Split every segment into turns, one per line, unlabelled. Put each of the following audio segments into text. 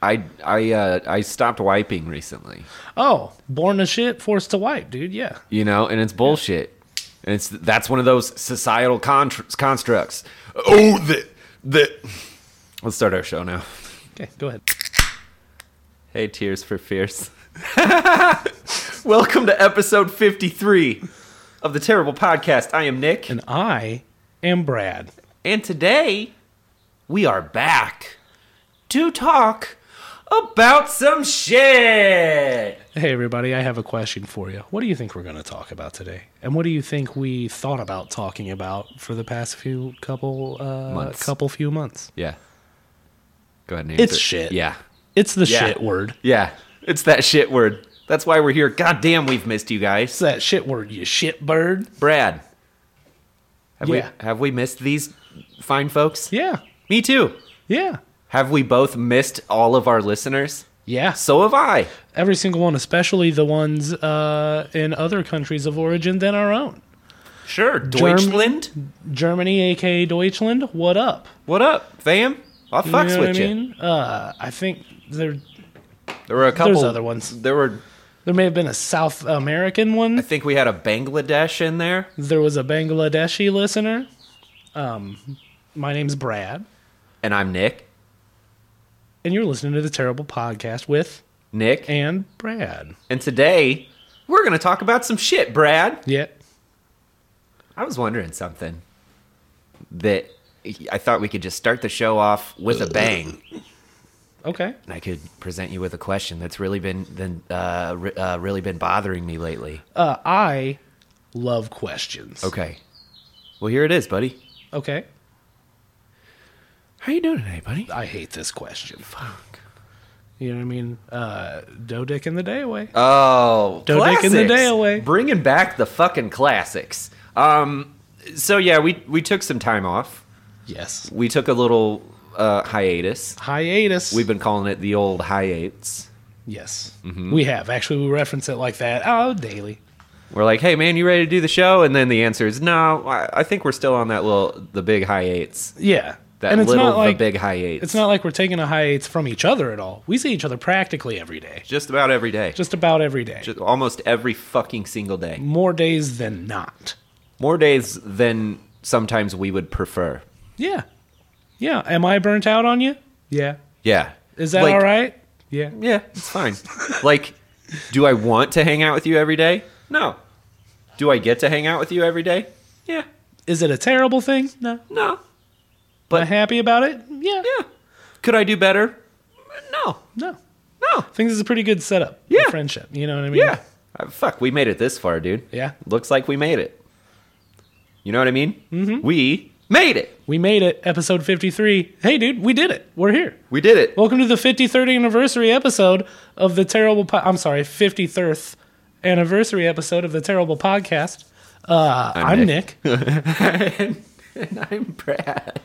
I I uh, I stopped wiping recently.
Oh, born to shit, forced to wipe, dude. Yeah.
You know, and it's bullshit. And it's that's one of those societal contr- constructs. Oh, the the. Let's start our show now.
Okay, go ahead.
Hey, Tears for Fears. Welcome to episode 53 of the Terrible Podcast. I am Nick.
And I am Brad.
And today, we are back to talk about some shit.
Hey, everybody, I have a question for you. What do you think we're going to talk about today? And what do you think we thought about talking about for the past few couple uh,
Months.
couple few months?
Yeah. Go ahead and
It's
answer.
shit.
Yeah.
It's the
Yeah.
shit word.
Yeah. It's that shit word. That's why we're here. God damn, we've missed you
It's
guys.
that shit word, you shit bird.
Brad. Have
Yeah.
we have we missed these fine folks?
Yeah.
Me too.
Yeah.
Have we both missed all of our listeners?
Yeah.
So have I.
Every single one, especially the ones uh, in other countries of origin than our own.
Sure. Deutschland.
Germany, aka Deutschland, what up?
What up, fam? I
You
fucks
know
with
what I
you.
mean? Uh, I think there
There were a couple.
other ones.
There were.
there may have been a South American
I
one.
think we had a Bangladesh in there.
There was a Bangladeshi listener. Um, my name's Brad,
And I'm Nick.
and you're listening to the Terrible Podcast with
Nick.
and Brad.
And today, we're going to talk about some shit, Brad.
Yeah,
I was wondering something that I thought we could just start the show off with a bang.
okay.
And I could present you with a question that's really been, been uh, re- uh, really been bothering me lately.
Uh, I love questions.
Okay. Well, here it is, buddy.
Okay.
How you doing today, buddy?
I hate this question. Fuck. You know what I mean? Uh, Doe Dick in the day away.
Oh,
Don't take in the
classics.
day away.
Bringing back the fucking classics. Um, so yeah, we we took some time off.
yes.
We took a little uh, hiatus.
Hiatus.
We've been calling it the old hiates.
yes.
Mm-hmm.
We have. Actually, we reference it like that. Oh, daily.
We're like, hey man, you ready to do the show? And then the answer is no. I, I think we're still on that little the big hiates.
Yeah.
That
and it's
little
not like
the big hiates.
it's not like we're taking a hiatus from each other at all. We see each other practically every day,
just about every day. Just,
just about every day,
almost every fucking single day.
more days than not.
More days than sometimes we would prefer.
Yeah, yeah. Am I burnt out on you? Yeah.
Yeah.
Is that
Like,
all right? Yeah.
Yeah, it's fine. like, do I want to hang out with you every day? No. Do I get to hang out with you every day? Yeah.
Is it a terrible thing? No.
No.
Am I happy about it? Yeah.
Yeah. Could I do better? No.
No.
No.
I think this is a pretty good setup. for
Yeah.
Friendship. You know what I mean?
Yeah. Uh, fuck, we made it this far, dude.
Yeah.
Looks like we made it. You know what I mean? Mm-hmm. We made it.
We made it. Episode fifty-three. Hey, dude, we did it. We're here.
We did it.
Welcome to the 53rd anniversary episode of the Terrible po- I'm sorry, 53rd anniversary episode of the Terrible Podcast. Uh, I'm, Nick.
and, and I'm Brad.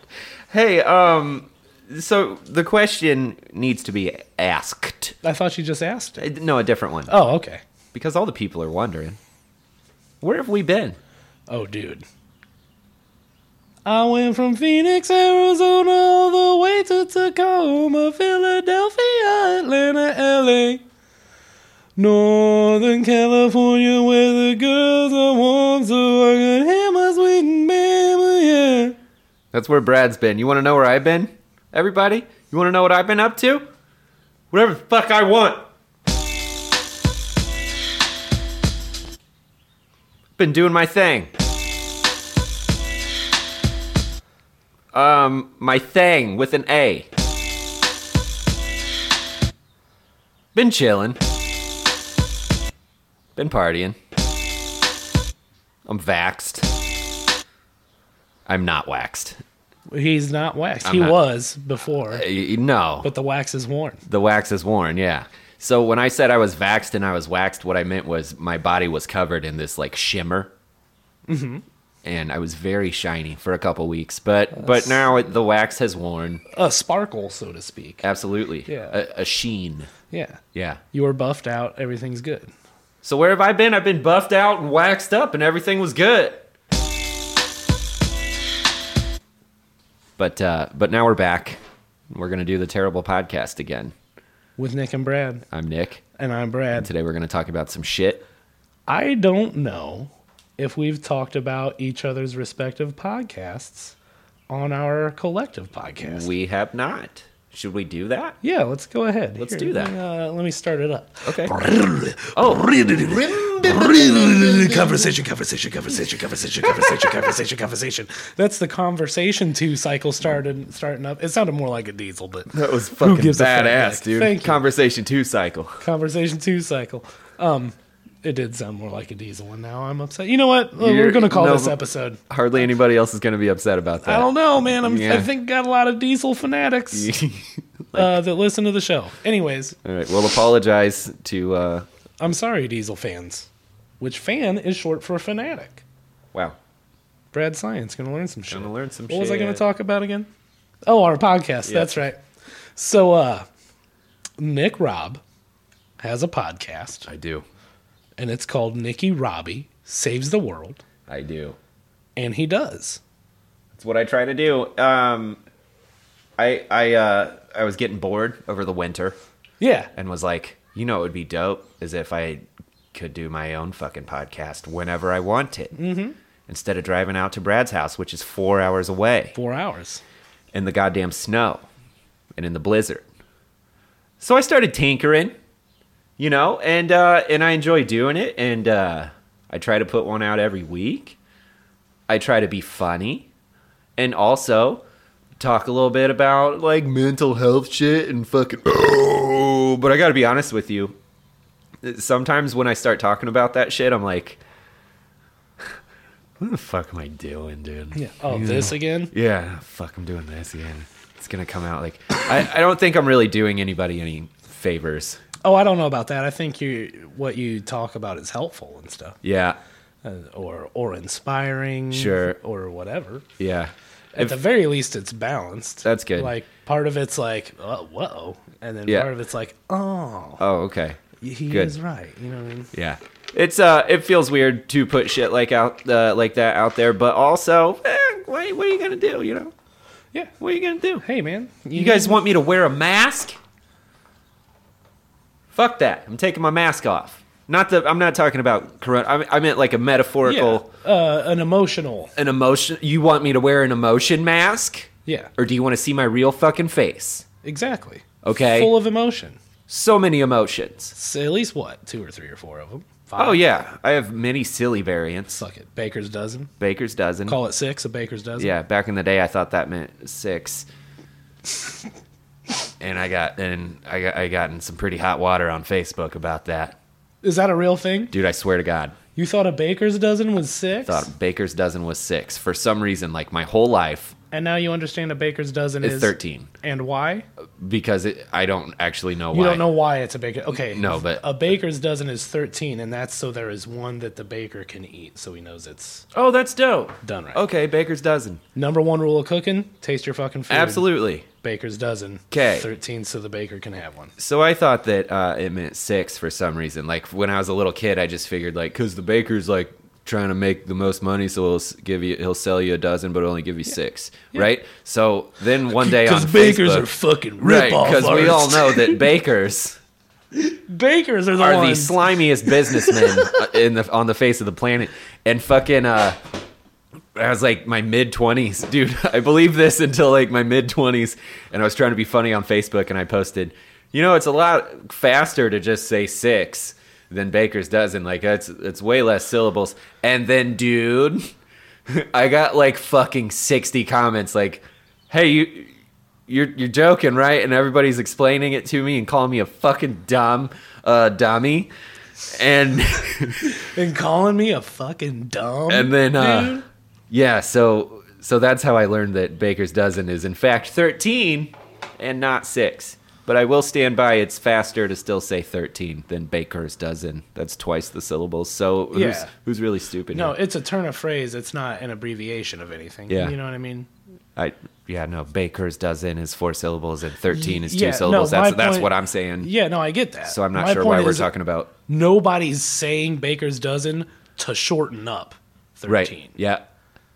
Hey, um, so the question needs to be asked.
I thought you just asked.
Uh, No, a different one.
Oh, okay.
because all the people are wondering where have we been
Oh, dude. I went from Phoenix, Arizona, all the way to Tacoma, Philadelphia, Atlanta, LA. Northern California, where the girls are warm, so I can hear my sweet mama, yeah.
that's where brad's been you want to know where i've been everybody you want to know what i've been up to whatever the fuck i want been doing my thing um my thing with an a been chilling been partying i'm vaxxed i'm not waxed
He's not waxed.
I'm
he
not-
was before,
Y- y- No,
but the wax is worn.
the wax is worn. Yeah. So when I said I was vaxxed and I was waxed, what I meant was my body was covered in this like shimmer, mm-hmm. and I was very shiny for a couple weeks. But but now it, the wax has worn.
A sparkle, so to speak.
Absolutely.
Yeah.
A, a sheen.
Yeah.
Yeah.
You were buffed out. Everything's good.
So where have I been? I've been buffed out and waxed up, and everything was good. But uh, but now we're back. We're gonna do the terrible podcast again.
with Nick and Brad.
I'm Nick.
And I'm Brad.
Today we're going to talk about some shit.
I don't know if we've talked about each other's respective podcasts on our collective podcast.
We have not. Should we do that?
yeah, let's go ahead.
Let's do that.
Let me, uh, let me start it up.
Okay. Oh.
conversation, conversation, conversation, conversation, conversation, conversation, conversation. That's the conversation two cycle started starting up. It sounded more like a diesel, but
That was fucking
gives a fuck,
badass,
Nick?
dude.
Thank you.
Conversation two cycle.
conversation two cycle. Um, it did sound more like a diesel, and now I'm upset. You know what? We're
You're-
gonna call
no,
this
but-
episode.
Hardly anybody else is going to be upset about that.
I don't know, man. I'm, I
Yeah.
think got a lot of diesel fanatics uh, that listen to the show. Anyways,
All right. We'll apologize to. Uh,
I'm sorry, diesel fans. Which fan is short for fanatic?
wow.
Brad Science gonna learn some shit.
Gonna learn some
What was I going to
shit.
talk about again? Oh, our podcast.
Yeah.
That's right. So, uh, Nick Robb has a podcast,
I do.
and it's called Nicky Robbie Saves the World,
I do.
and he does.
That's what I try to do. Um, I I uh, I was getting bored over the winter
Yeah,
and was like, you know, it would be dope is if I could do my own fucking podcast whenever I wanted, mm-hmm. instead of driving out to Brad's house, which is four hours away,
four hours.
in the goddamn snow, and in the blizzard. So I started tinkering, you know, and uh, and I enjoy doing it, and uh, I try to put one out every week. I try to be funny, and also talk a little bit about like mental health shit and fucking. Oh, but I got to be honest with you. Sometimes when I start talking about that shit, I'm like, "What the fuck am I doing, dude?"
Yeah. Oh, this again?
yeah, fuck, I'm doing this again. It's gonna come out like I, I don't think I'm really doing anybody any favors.
Oh, I don't know about that. I think you what you talk about is helpful and stuff,
Yeah,
uh, or or inspiring,
Sure.
or whatever.
yeah.
At
If-
the very least, it's balanced.
That's good.
Like part of it's like, oh, whoa, and then
Yeah.
part of it's like, oh,
oh, okay.
he
good.
is right. You know what I mean?
Yeah. It's uh, it feels weird to put shit like out uh, like that out there, but also, eh, what, what are you gonna do? You know,
Yeah.
what are you gonna do?
Hey, man.
You guys want me to wear a mask? Fuck that! I'm taking my mask off. Not the. I'm not talking about corona. I, I meant like a metaphorical,
Yeah, uh, an emotional.
an emotion. You want me to wear an emotion mask?
Yeah.
or do you want to see my real fucking face?
Exactly.
Okay.
Full of emotion.
So many emotions.
So at least what two or three or four of them. Five.
Oh yeah, I have many silly variants.
Suck it. Baker's dozen.
Baker's dozen.
Call it six. A baker's dozen.
Yeah, back in the day, I thought that meant six. and I got and I got I got in some pretty hot water on Facebook about that,
Is that a real thing?
dude. I swear to God,
You thought a baker's dozen was six,
thought Baker's dozen was six for some reason. Like my whole life
and now you understand a baker's dozen
is
is
thirteen
And why?
because it, I don't actually know
You
why.
don't know why it's a baker. Okay.
No, but-
a baker's dozen is thirteen, and that's so there is one that the baker can eat, so he knows it's
Oh, that's dope.
done right.
Okay, Baker's dozen.
Number one rule of cooking: taste your fucking food.
Absolutely.
Baker's dozen.
'Kay.
Thirteen, so the baker can have one.
So I thought that uh, it meant six for some reason. Like when I was a little kid, I just figured like because the baker's like trying to make the most money, so he'll s- give you he'll sell you a dozen, but only give you six, right? So then one day on Facebook,
fucking
right? Because we all know that bakers
bakers are the
are the
ones.
slimiest businessmen uh, in the on the face of the planet, and fucking. Uh, I was like my mid twenties, dude. I believed this until like my mid twenties, and I was trying to be funny on Facebook, and I posted, you know, it's a lot faster to just say six than Baker's dozen. Like that's it's way less syllables. And then, dude, I got like fucking sixty comments, like, hey, you. You're, you're joking, right? And everybody's explaining it to me and calling me a fucking dumb uh, dummy. And
and calling me a fucking dumb.
and then uh
dude.
yeah so so that's how i learned that baker's dozen is in fact 13 and not 6 but i will stand by it's faster to still say 13 than baker's dozen that's twice the syllables so who's
Yeah.
who's really stupid
no,
here?
it's a turn of phrase. It's not an abbreviation of anything.
Yeah.
you know what I mean.
i yeah no baker's dozen is four syllables and 13 is two
Yeah, no,
syllables that's
my
that's
point-
what i'm saying
Yeah, no, I get that.
so i'm not
My
sure why
point
we're
is
talking about
Nobody's saying baker's dozen to shorten up thirteen.
Right. Yeah.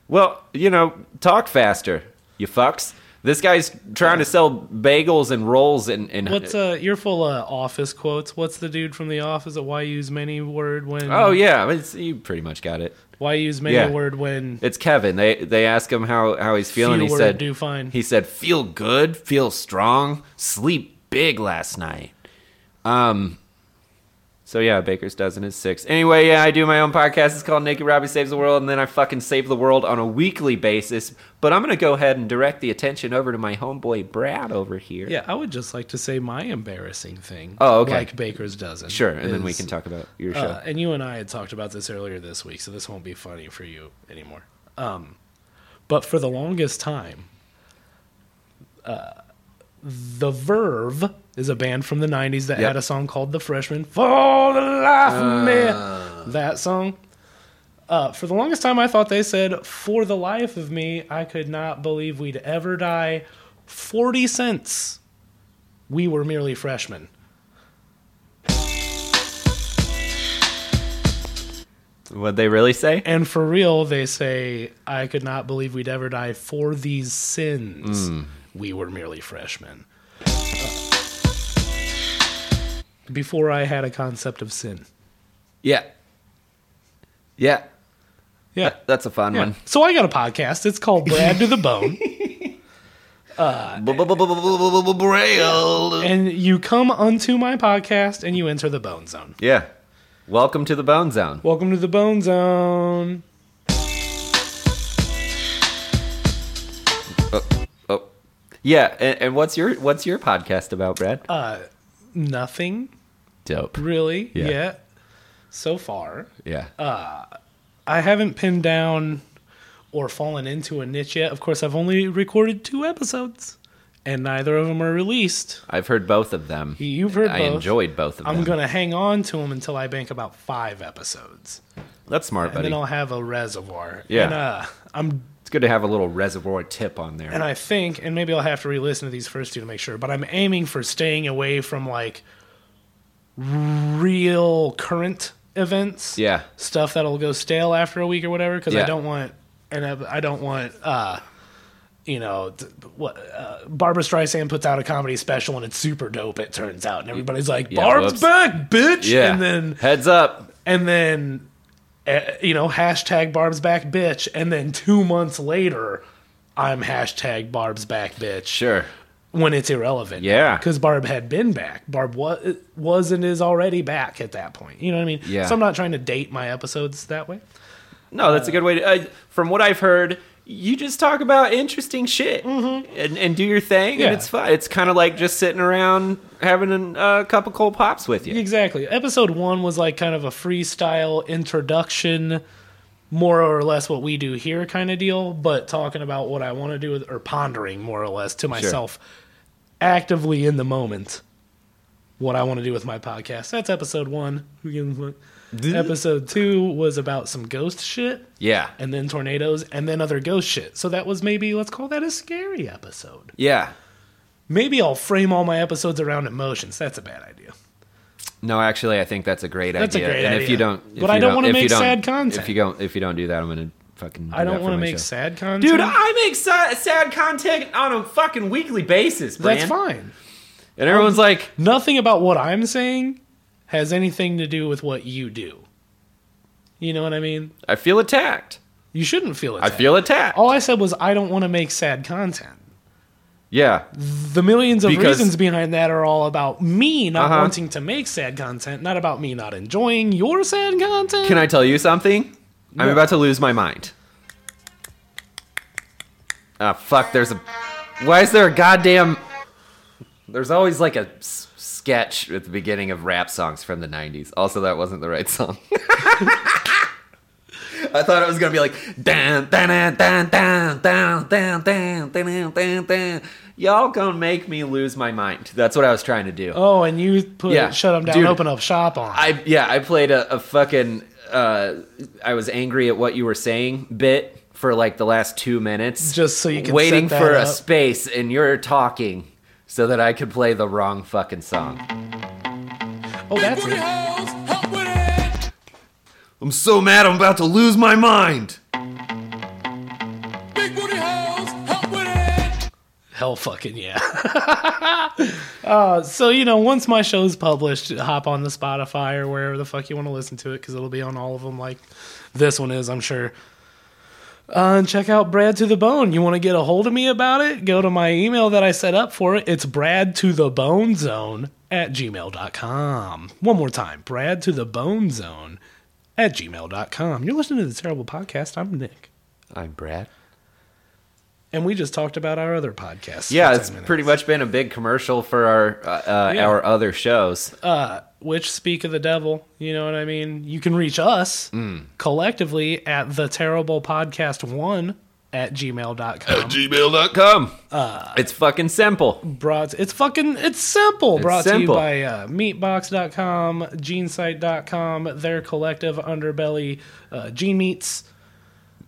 Well, you know, talk faster, you fucks. This guy's trying to sell bagels and rolls and, and
What's uh? You're full of office quotes. What's the dude from the office that why use many word when?
oh yeah, it's, you pretty much got it.
Why use many
yeah.
word when?
It's Kevin. They they ask him how how he's feeling.
few
he
word
said
do fine.
he said feel good, feel strong, sleep big last night. Um. So yeah, Baker's dozen is six. Anyway, yeah, I do my own podcast. It's called Naked Robbie Saves the World, and then I fucking save the world on a weekly basis. But I'm gonna go ahead and direct the attention over to my homeboy Brad over here.
yeah, I would just like to say my embarrassing thing.
Oh, okay.
Like Baker's dozen.
Sure, and then we
is,
can talk about your show.
Uh, and you and I had talked about this earlier this week, so this won't be funny for you anymore. Um, but for the longest time, uh, The Verve is a band from the 90s that
Yep.
had a song called The Freshman. For the life
Ah.
of me. That song. Uh, for the longest time, I thought they said, For the life of me, I could not believe we'd ever die. 40 cents. We were merely freshmen.
What'd they really say?
And for real, they say, I could not believe we'd ever die for these sins. We were merely freshmen. Uh, Before I had a concept of sin.
Yeah. Yeah.
Yeah.
That's a fun
yeah. So I got a podcast. It's called Brad to the Bone.
one. Braille.
and you come unto my podcast and you enter the Bone Zone.
Yeah. Welcome to the Bone Zone.
Welcome to the Bone Zone.
Oh. Yeah, and, and what's your what's your podcast about, Brad?
Uh, Nothing
Dope.
really
Yeah.
yet so far.
Yeah.
uh, I haven't pinned down or fallen into a niche yet. Of course, I've only recorded two episodes, and neither of them are released.
I've heard both of them.
You've heard
I
both.
enjoyed both of them.
I'm going to hang on to them until I bank about five episodes,
That's smart,
and
buddy.
then I'll have a reservoir.
Yeah.
and, uh, I'm.
It's good to have a little reservoir tip on there.
And I think, and maybe I'll have to re-listen to these first two to make sure. But I'm aiming for staying away from like real current events.
yeah.
stuff that'll go stale after a week or whatever because I
Yeah.
don't want and I, I don't want uh you know t- what uh, Barbara Streisand puts out a comedy special and it's super dope it turns out and everybody's like
Yeah,
Barb's
whoops.
back bitch
Yeah.
and then
heads up.
and then uh, you know hashtag Barb's back bitch and then two months later I'm hashtag Barb's back bitch
Sure.
when it's irrelevant
Yeah.
because Barb had been back. Barb was was and is already back at that point. You know what I mean?
Yeah.
So I'm not trying to date my episodes that way.
No, that's a good way to. Uh, from what I've heard, you just talk about interesting shit and, and do your thing,
Mm-hmm. Yeah.
and it's fun. It's kind of like just sitting around having a uh, cup of cold pops with you.
Exactly. Episode one was like kind of a freestyle introduction, more or less what we do here kind of deal, but talking about what I want to do with, or pondering more or less to myself actively in the moment what I want to do with my podcast. That's episode one. Who gives a fuck? Episode two was about some ghost shit.
Yeah.
and then tornadoes and then other ghost shit. So that was maybe let's call that a scary episode.
Yeah.
Maybe I'll frame all my episodes around emotions. That's a bad idea.
No, actually, I think that's a great
That's a
idea.
great
and if
idea.
you don't, if
But
you
I don't wanna
if you
make
don't-
sad content.
If you don't, if you don't do that, I'm gonna fucking. Do
I don't
want to
make sad content.
Dude, I make sad, sad content on a fucking weekly basis, man.
that's fine.
And everyone's like,
Nothing about what I'm saying has anything to do with what you do. You know what I mean?
I feel attacked.
You shouldn't feel it.
I feel attacked.
All I said was I don't want to make sad content.
Yeah.
The millions of
Because-
reasons behind that are all about me not
Uh-huh.
wanting to make sad content, not about me not enjoying your sad content.
Can I tell you something? I'm about to lose my mind. Ah, fuck. There's a. Why is there a goddamn. There's always like a s- sketch at the beginning of rap songs from the 90s. Also, that wasn't the right song. I thought it was gonna be like dan dan dan dan dan dan dan dan dan dan. Y'all gonna make me lose my mind. That's what I was trying to do.
Oh, and you put
Yeah,
shut them down,
dude.
open up shop on.
I yeah, I played a, a fucking uh, I was angry at what you were saying bit for like the last two minutes,
Just so you can
waiting
set that
for a
up.
space, and you're talking so that I could play the wrong fucking song.
oh, that's it.
I'm so mad, I'm about to lose my mind.
Hell fucking yeah. uh, so, you know, once my show's published, hop on the Spotify or wherever the fuck you want to listen to it because it'll be on all of them like this one is, I'm sure. Uh, and check out Brad to the Bone. You want to get a hold of me about it? Go to my email that I set up for it. It's Brad to the Bone Zone at gmail.com. One more time Brad to the Bone Zone at gmail.com. You're listening to the Terrible Podcast. I'm Nick.
I'm Brad.
And we just talked about our other podcast.
Yeah, it's pretty much been a big commercial for our uh, uh,
Yeah.
our other shows.
uh, which speak of the devil. You know what I mean? You can reach us
Mm.
collectively at the terrible podcast one at gmail.com.
gmail.com. Uh, it's fucking simple.
Brought, it's fucking, it's simple. Brought
simple.
to you by uh, meatbox.com, genesite.com, their collective underbelly, uh, gene meats,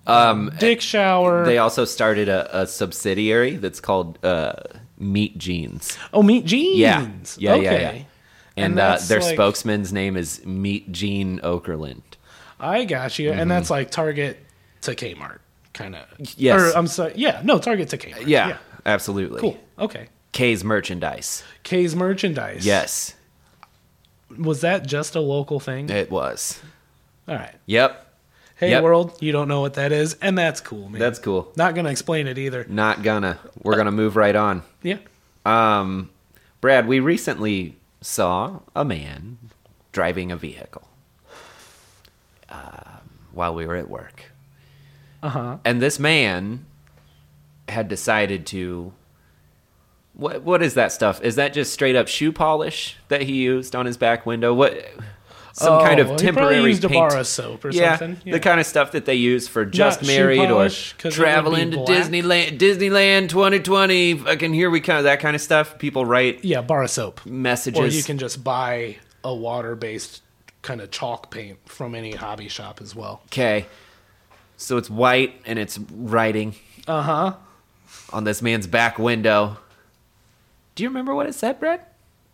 um, dick shower.
They also started a, a subsidiary that's called uh, Meat Jeans.
oh, meat jeans.
Yeah. Yeah, yeah, yeah.
And
And, uh,
that's
their
like-
spokesman's name is Meat Gene Okerlund.
I got you. And that's like Target to Kmart kind of.
Mm-hmm. Yes.
Or, I'm sorry. Yeah. No, Target to Kmart.
Yeah, absolutely.
Cool. Okay.
K's merchandise.
K's merchandise.
Yes,
Was that just a local thing?
it was.
All right.
Yep.
Hey
Yep.
world, you don't know what that is, and that's cool, man.
That's cool.
not gonna explain it either.
Not gonna. We're gonna move right on.
Yeah.
Um, Brad, we recently saw a man driving a vehicle um, while we were at work.
Uh huh.
And this man had decided to. What what is that stuff? Is that just straight up shoe polish that he used on his back window? What some kind of temporary
Oh, used a
paint?
bar of soap or
yeah,
something.
the kind of stuff that they use for just
shoe
married or
polish, 'cause it would be
traveling to
black.
Disneyland, Disneyland 2020. Fucking here we come. That kind of stuff. People write
yeah, bar of soap,
messages.
or you can just buy a water-based kind of chalk paint from any hobby shop as well.
Okay. So it's white and it's writing
Uh
Uh-huh.
huh.
on this man's back window. Do you remember what it said, Brad?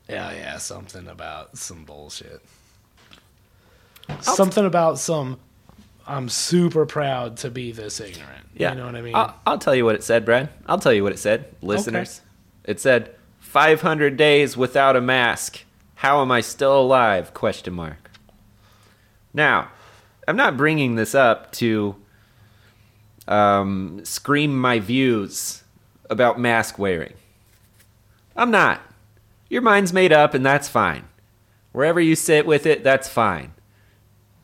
Yeah, yeah, something about some bullshit. Something about some. I'm super proud to be this ignorant.
Yeah.
You know what I mean?
I'll, I'll tell you what it said, Brad. I'll tell you what it said, listeners. It said, 500 days without a mask. How am I still alive? Question mark. Now, I'm not bringing this up to um, scream my views about mask wearing. I'm not. Your mind's made up, and that's fine. Wherever you sit with it, that's fine.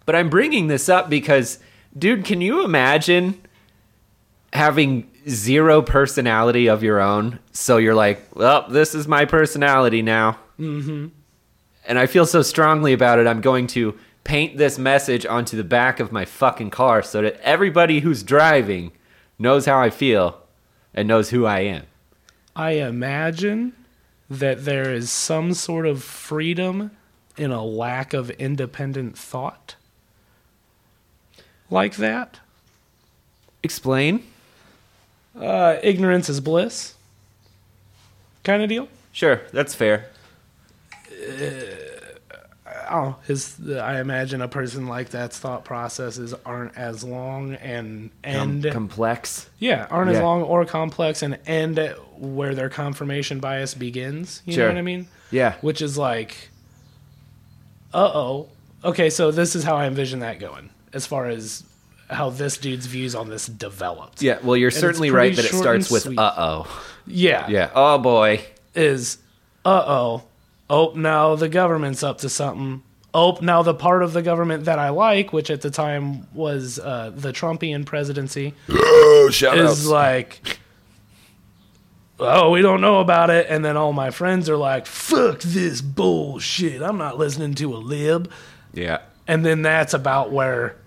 But I'm bringing this up because, dude, can you imagine having zero personality of your own. So you're like, well, this is my personality now. Mm-hmm. And I feel so strongly about it. I'm going to paint this message onto the back of my fucking car so that everybody who's driving knows how I feel and knows who I am.
I imagine that there is some sort of freedom in a lack of independent thought like that.
Explain?
Uh, ignorance is bliss kind of deal.
Sure, that's fair.
Oh, his I imagine a person like that's thought processes aren't as long and
Com-
end
complex.
yeah, aren't as
Yeah.
long or complex and end at where their confirmation bias begins, you
Sure.
know what I mean?
Yeah.
which is like, uh oh. Okay, so this is how I envision that going as far as how this dude's views on this developed.
Yeah, well, you're
it's
certainly
pretty
right that it
short
starts
and
with
sweet.
uh oh.
Yeah.
Yeah. Oh boy.
Is, uh oh. Oh, now the government's up to something. Oh, now the part of the government that I like, which at the time was uh, the Trumpian presidency,
Shout
is like, oh, we don't know about it. And then all my friends are like, fuck this bullshit. I'm not listening to a lib.
Yeah.
and then that's about where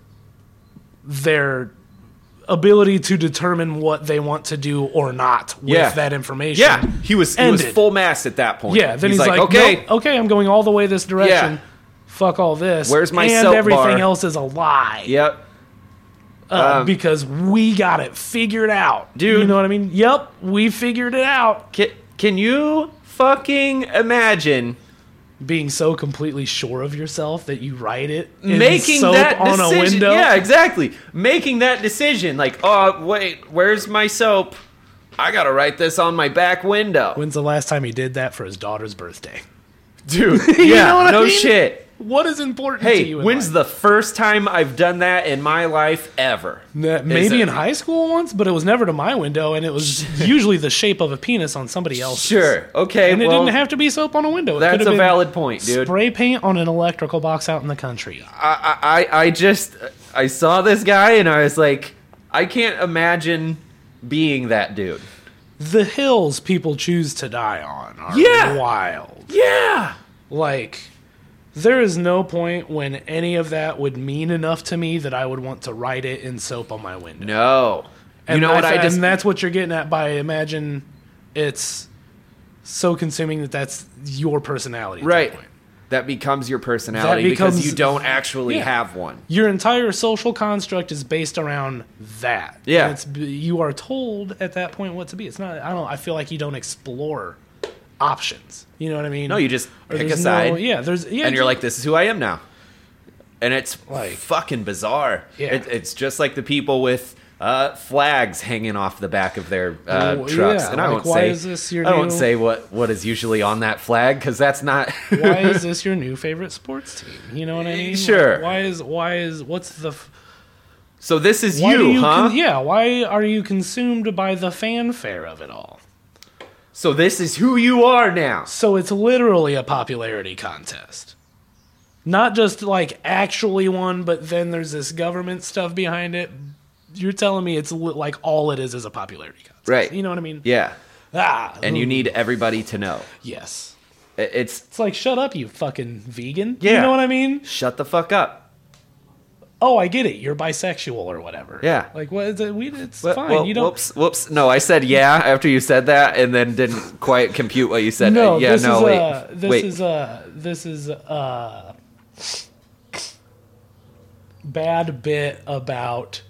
their ability to determine what they want to do or not with
Yeah.
that information.
Yeah, he was he was
ended.
full mass at that point.
Yeah, Then he's, like,
okay,
"Nope, okay, I'm going all the way this direction.
Yeah.
Fuck all this.
Where's my
and
soap
everything
bar?"
else is a lie.
yep,
uh, because we got it figured out,
Dude.
You know what I mean? Yep, we figured it out.
can, can you fucking imagine
Being so completely sure of yourself that you write it in
making
soap
that
on
decision?
a window.
"Uh, Yeah, exactly. Making that decision, like, oh wait, where's my soap? I gotta write this on my back window,
When's the last time he did that for his daughter's birthday?
dude. Yeah,
know what I
no
mean?
shit.
What is important to
Hey,
you?
when's the first time I've done that in my life ever? Is
maybe
it-
in high school once, but it was never to my window, and it was usually the shape of a penis on somebody else.
Sure. Okay.
and it
well,
didn't have to be soap on a window. It
That's
could've
a
been
valid point, dude.
Spray paint on an electrical box out in the country.
I, I I just I saw this guy and I was like, I can't imagine being that dude.
The hills people choose to die on are
Yeah.
wild.
Yeah.
Like, there is no point when any of that would mean enough to me that I would want to write it in soap on my window.
No.
And
you know what
that's-
I just
and that's what you're getting at by imagine it's so consuming that that's your personality. at that
right.
point.
That becomes your personality because
becomes-
you don't actually
Yeah.
have one.
Your entire social construct is based around that.
Yeah.
And it's you are told at that point what to be. It's not. I don't. I feel like you don't explore options. You know what I mean?
No, you just
Or
pick a
there's
side.
No, yeah. There's yeah.
and you're
you-
like, this is who I am now. And it's
Like-
fucking bizarre.
Yeah.
It, it's just like the people with uh, flags hanging off the back of their uh,
Well,
trucks.
Oh, yeah,
and I
like,
won't
why
say
is this your
I won't
new-
say what, what is usually on that flag because that's not.
why is this your new favorite sports team? You know what I mean? Like,
Sure.
why is why is what's the f-
so this is
why do
you, huh?
con- yeah. Why are you consumed by the fanfare of it all?
So this is who you are now.
So it's literally a popularity contest. Not just like actually one, but then there's this government stuff behind it. You're telling me it's li- like all it is is a popularity contest.
Right.
You know what I mean?
Yeah.
Ah.
And you need everybody to know.
Yes.
I- It's
It's like, shut up, you fucking vegan. You
Yeah.
know what I mean?
shut the fuck up.
Oh, I get it. You're bisexual or whatever.
Yeah.
Like, what is it? We, it's
Wh-
fine.
whoa,
you don't.
Whoops, whoops. No, I said yeah after you said that, and then didn't quite compute what you said.
No,
Uh, yeah,
this
no,
is
wait,
uh, this
wait.
is uh, this is uh, bad bit about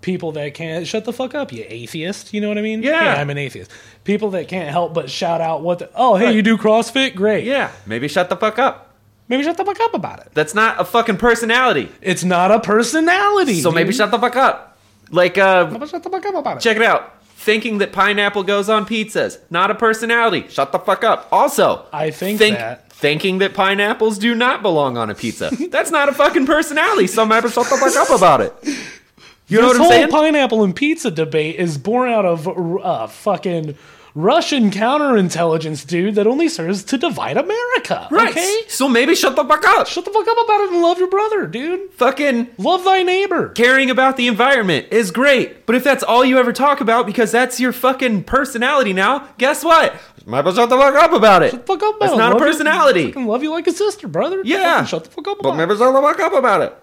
people that can't shut the fuck up, you atheist. You know what I mean?
Yeah.
I'm an atheist. People that can't help but shout out what the, oh hey you do CrossFit great
yeah, maybe shut the fuck up.
maybe shut the fuck up about it.
That's not a fucking personality.
It's not a personality.
So maybe
dude.
shut the fuck up. Like, uh,
shut the fuck up about it.
check it out. Thinking that pineapple goes on pizzas, not a personality. Shut the fuck up. Also,
I think that-
thinking that pineapples do not belong on a pizza. That's not a fucking personality. So maybe shut the fuck up about it. You know
this
what I'm
whole
saying?
pineapple and pizza debate is born out of uh, fucking Russian counterintelligence, dude, that only serves to divide America.
right.
Okay?
So maybe shut the fuck up.
Shut the fuck up about it and love your brother, dude.
Fucking
Love thy neighbor.
caring about the environment is great, but if that's all you ever talk about because that's your fucking personality now, guess what? Might as well shut the fuck up about it.
Fuck up about
That's
it.
not a
Love your-
personality.
fucking love you like a sister, brother.
Yeah.
Fucking Shut the fuck up
But
about
maybe
it.
shut the fuck up about it.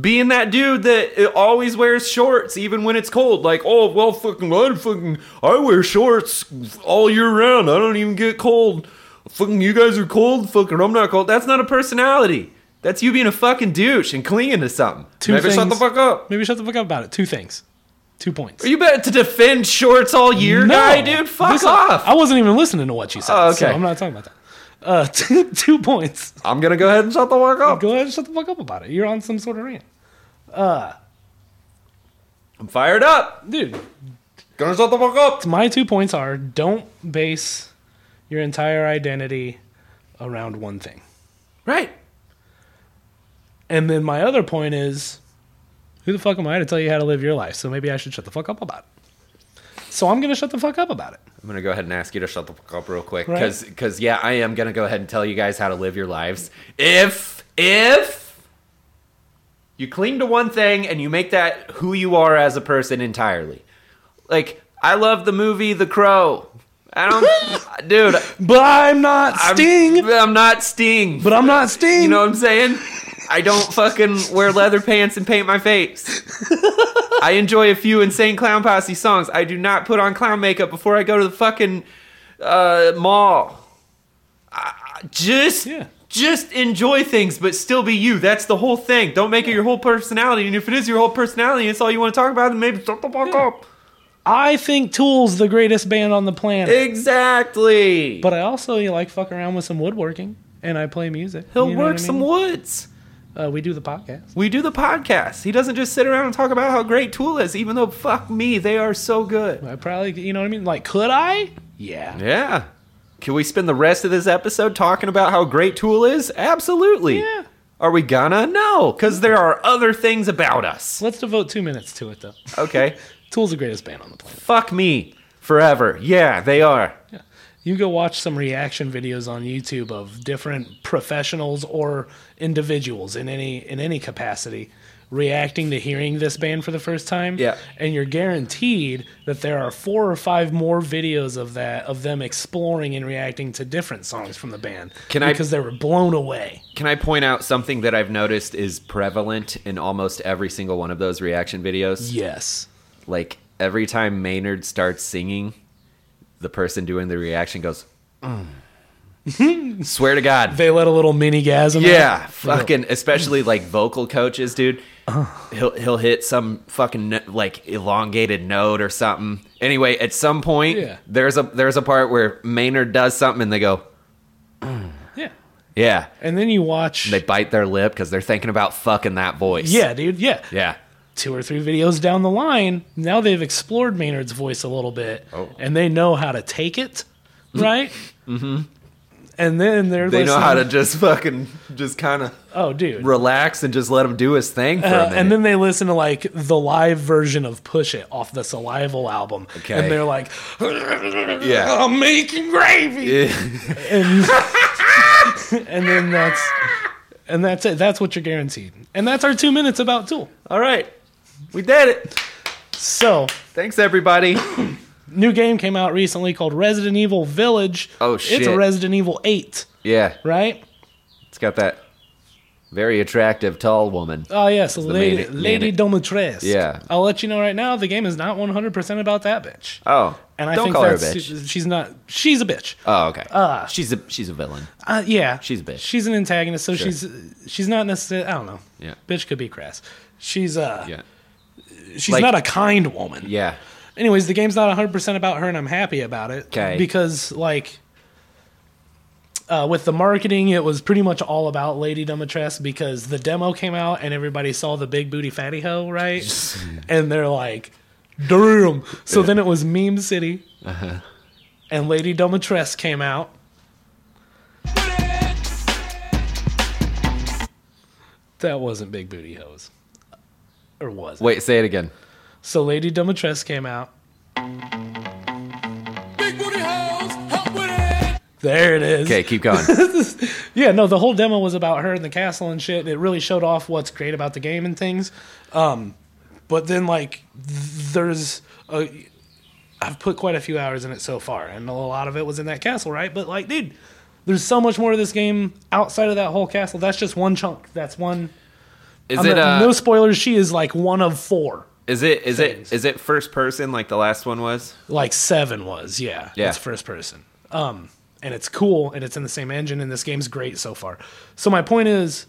Being that dude that uh, always wears shorts even when it's cold, like oh well, fucking I fucking I wear shorts all year round. I don't even get cold. Fucking you guys are cold. Fucking I'm not cold. That's not a personality. That's you being a fucking douche and clinging to something.
Two
maybe shut the
things.
fuck up.
Maybe shut the fuck up about it. Two things. Two points.
Are you better to defend shorts all year, guy, dude? Fuck
This-
off.
I wasn't even listening to what you said.
Oh,
so
okay.
I'm not talking about that. Uh, two, two points.
I'm gonna go ahead and shut the fuck up.
Go ahead and shut the fuck up about it. You're on some sort of rant.
I'm fired up.
Dude,
Gonna shut the fuck up.
my two points are don't base your entire identity around one thing.
Right.
And then my other point is who the fuck am I to tell you how to live your life? So maybe I should shut the fuck up about it. So I'm going to shut the fuck up about it.
I'm gonna go ahead and ask you to shut the fuck up real quick,
Right.
because yeah, I am gonna go ahead and tell you guys how to live your lives. If if you cling to one thing and you make that who you are as a person entirely, like I love the movie The Crow. I don't, dude.
But I'm not Sting.
I'm, I'm not Sting.
but I'm not Sting.
You know what I'm saying? I don't fucking wear leather pants and paint my face. I enjoy a few insane clown posse songs. I do not put on clown makeup before I go to the fucking uh, mall. I, I- just,
Yeah.
just enjoy things, but still be you. That's the whole thing. Don't make it your whole personality. And if it is your whole personality, and it's all you want to talk about. Then maybe shut the fuck up.
I think Tool's the greatest band on the planet.
Exactly.
but I also you know, like fuck around with some woodworking and I play music.
He'll
You know
work
what I
some
mean?
woods.
Uh, we do the podcast.
We do the podcast. He doesn't just sit around and talk about how great Tool is, even though fuck me, they are so good.
I probably, you know what I mean? Like, could I? Yeah.
Yeah. Can we spend the rest of this episode talking about how great Tool is? Absolutely.
Yeah.
Are we gonna? No, because there are other things about us.
Let's devote two minutes to it, though.
Okay.
Tool's the greatest band on the planet.
fuck me forever. Yeah, they are.
You go watch some reaction videos on YouTube of different professionals or individuals in any in any capacity reacting to hearing this band for the first time.
Yeah.
And you're guaranteed that there are four or five more videos of that of them exploring and reacting to different songs from the band.
Can I-
because they were blown away.
Can I point out something that I've noticed is prevalent in almost every single one of those reaction videos?
Yes.
Like every time Maynard starts singing, the person doing the reaction goes, mm. "Swear to God,
They let a little mini gasm. out.
Yeah, fucking, especially like vocal coaches, dude. He'll he'll hit some fucking no- like elongated note or something. Anyway, at some point,
Yeah.
there's a there's a part where Maynard does something and they go,
Yeah.
yeah,
And then you watch.
they bite their lip because they're thinking about fucking that voice.
yeah, dude. Yeah.
yeah.
two or three videos down the line, now they've explored Maynard's voice a little bit,
Oh.
and they know how to take it, right? mm-hmm. And then they're
They know
listening-
how to just fucking just kind of
oh, dude.
relax and just let him do his thing for a
Uh,
minute.
and then they listen to like the live version of "Push It" off the Salival album,
Okay.
and they're like,
Yeah.
I'm making gravy," and then that's and that's it. That's what you're guaranteed, and that's our two minutes about Tool.
All right, we did it.
So
Thanks everybody.
new game came out recently called Resident Evil Village.
Oh,
It's a
shit.
Resident Evil Eight,
Yeah,
right?
it's got that very attractive tall woman.
Oh yes, Lady
main-
Lady
main-
Domitrescu.
Yeah.
I'll let you know right now. The game is not 100 percent about that bitch.
Oh,
And I
don't
think
call her a
that's,
bitch.
She's not. She's a bitch.
Oh, okay. she's a she's a villain.
Uh, yeah,
She's a bitch.
She's an antagonist, so she's she's not necessarily. I don't know.
Yeah.
bitch could be crass. She's uh,
Yeah,
she's
Like-
not a kind woman.
yeah,
Anyways, the game's not 100% about her, and I'm happy about it.
'Kay.
Because, like, uh, with the marketing, it was pretty much all about Lady Dumatress because the demo came out and everybody saw the big booty fatty hoe, right? and they're like, damn. So then it was Meme City. And Lady Dumatress came out. That wasn't big booty hoes. Or was it?
Wait, say it again.
So Lady Dumatress came out. There it is.
Okay, keep going.
Yeah, no, the whole demo was about her and the castle and shit. and It really showed off what's great about the game and things. Um, but then like th- there's a, I've put quite a few hours in it so far, and a lot of it was in that castle, right? But like, dude, there's so much more to this game outside of that whole castle. That's just one chunk. That's one.
Is
I'm
it
not-
uh,
no spoilers. She is like one of four.
is it is it is it first person like the last one was?
like seven was yeah,
Yeah.
it's first person um and it's cool and it's in the same engine and this game's great so far so my point is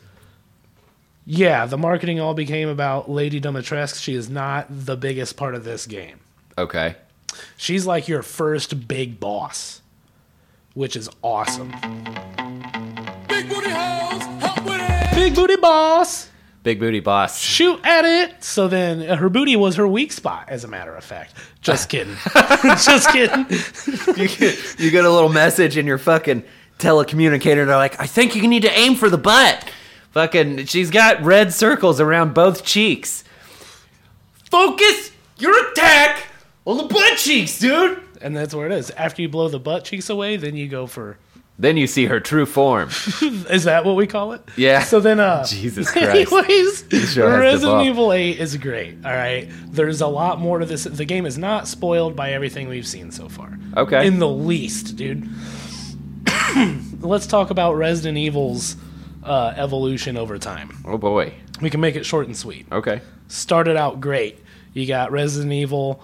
yeah the marketing all became about lady dumitrescu she is not the biggest part of this game
Okay.
she's like your first big boss which is awesome big booty boss
Big booty boss.
shoot at it so then uh, her booty was her weak spot as a matter of fact just kidding just kidding
you, get, you get a little message in your fucking telecommunicator. They're like, I think you need to aim for the butt. Fucking, she's got red circles around both cheeks. Focus your attack on the butt cheeks, dude.
And that's where it is. After you blow the butt cheeks away, then you go for
Then you see her true form.
is that what we call it?
Yeah.
So then uh
Jesus Christ.
anyways,
sure has
Resident
devolved.
Evil 8 is great. All right. There's a lot more to this. The game is not spoiled by everything we've seen so far.
Okay.
In the least, dude. Let's talk about Resident Evil's uh, evolution over time.
oh boy.
We can make it short and sweet
Okay.
started out great. You got Resident Evil,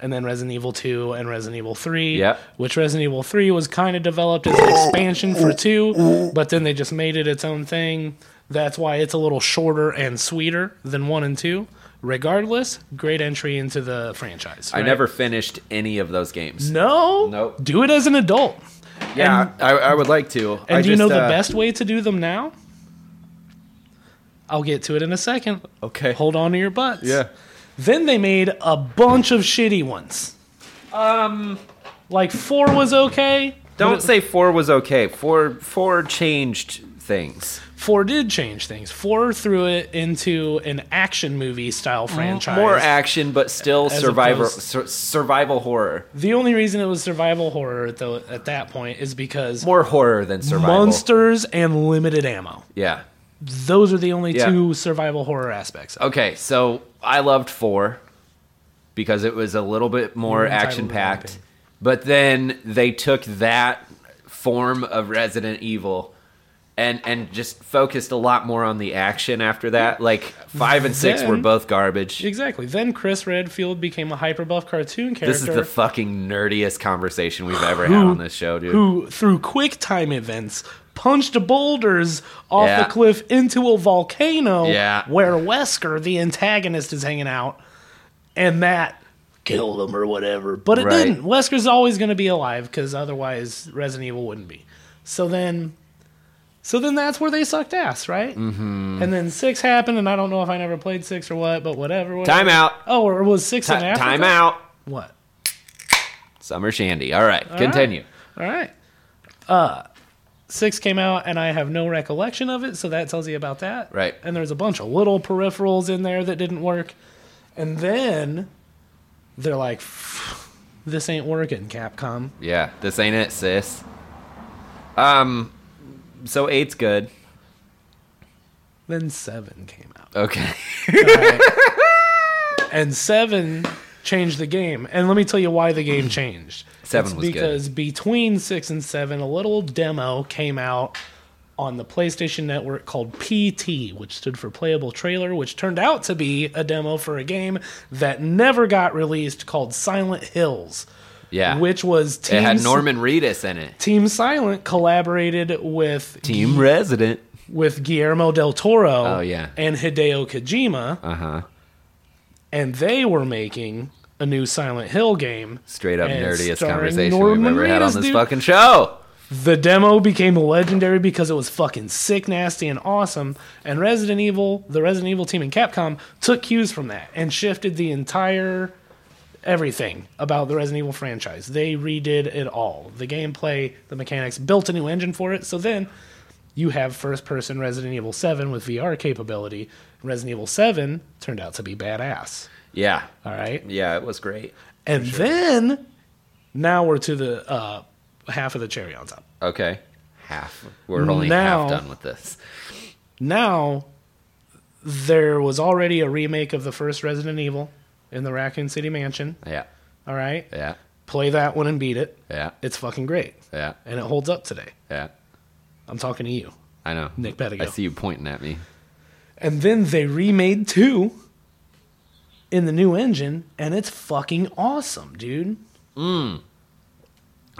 and then Resident Evil 2 and Resident Evil 3.
Yep.
Which Resident Evil 3 was kind of developed as an expansion for 2, but then they just made it its own thing. That's why it's a little shorter and sweeter than 1 and 2. Regardless, great entry into the franchise.
I
right?
never finished any of those games.
No.
Nope.
Do it as an adult.
Mm, Yeah, I, I would like to.
And
I uh,
do you know
just,
the
uh,
best way to do them now? I'll get to it in a second.
Okay.
Hold on to your butts.
Yeah.
Then they made a bunch of shitty ones. Um, like four was okay.
Don't say four was okay. Four four changed things.
Four did change things. Four threw it into an action movie style franchise.
Uh-huh. More action, but still
As
survival
opposed-
sur- survival horror.
The only reason it was survival horror though at that point is because
More horror than survival.
monsters and limited ammo.
Yeah.
Those are the only
Yeah.
two survival horror aspects. of it.
Okay, so I loved four because it was a little bit more
entitled to
action packed.
anything.
But then they took that form of Resident Evil and and just focused a lot more on the action after that. Like five and six were
Then-
both garbage.
Exactly. Then Chris Redfield became a hyper buff cartoon character.
This is the fucking nerdiest conversation we've ever had on this show, dude.
who, through quick time events, punched boulders off
Yeah.
the cliff into a volcano
Yeah.
where Wesker, the antagonist, is hanging out, and that killed him or whatever. But it
Right.
didn't. Wesker's always going to be alive because otherwise Resident Evil wouldn't be. So then. So then that's where they sucked ass, right? Mm-hmm. And then six happened, and I don't know if I never played six or what, but whatever. whatever.
Time out.
Oh, or was six
Ti-
in Africa?
time out.
What?
Summer Shandy. All right, continue.
All right. Uh, six came out, and I have no recollection of it, so that tells you about that.
Right.
And there's a bunch of little peripherals in there that didn't work, and then they're like, "Pff, "This ain't working, Capcom."
Yeah, this ain't it, sis. Um, so eight's good.
Then seven came out,
Okay.
and seven changed the game. And let me tell you why the game changed.
Seven
It's
was good.
because between six and seven, a little demo came out on the PlayStation Network called PT, which stood for Playable Trailer, which turned out to be a demo for a game that never got released called Silent Hills,
Yeah.
which was Team,
it had
Si-
Norman Reedus in it.
Team Silent collaborated with
Team Resident.
with Guillermo del Toro
Oh, yeah.
and Hideo Kojima,
Uh huh.
and they were making a new Silent Hill game.
Straight up
And
nerdiest
starring
conversation
Norman
we've ever had on
Reedus,
this
dude.
fucking show.
The demo became legendary because it was fucking sick, nasty, and awesome. And Resident Evil, the Resident Evil team in Capcom, took cues from that and shifted the entire everything about the Resident Evil franchise. They redid it all the gameplay, the mechanics, built a new engine for it. So then you have first person Resident Evil 7 with VR capability. Resident Evil 7 turned out to be badass.
Yeah.
All right.
Yeah, it was great.
And then now we're to the uh, half of the cherry on top.
Okay. Half. We're only
Now-
half done with this.
now there was already a remake of the first Resident Evil in the Raccoon City Mansion.
Yeah.
All right,
Yeah.
play that one and beat it.
Yeah.
It's fucking great,
Yeah.
and it holds up today.
Yeah.
I'm talking to you.
I know.
Nick Pettigo.
I see you pointing at me.
And then they remade two in the new engine, and it's fucking awesome, dude.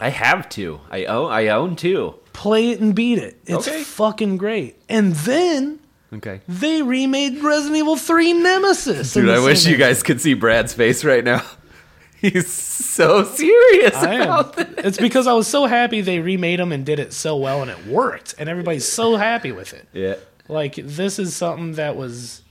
I have to. I own. I own two.
Play it and beat it. It's
Okay.
fucking great. And then
Okay.
they remade Resident Evil 3 Nemesis. in
Dude,
the
I wish
same
you guys could see Brad's face right now. He's so serious
I am.
about this.
It's because I was so happy they remade them and did it so well and it worked and everybody's so happy with it.
Yeah.
Like this is something that was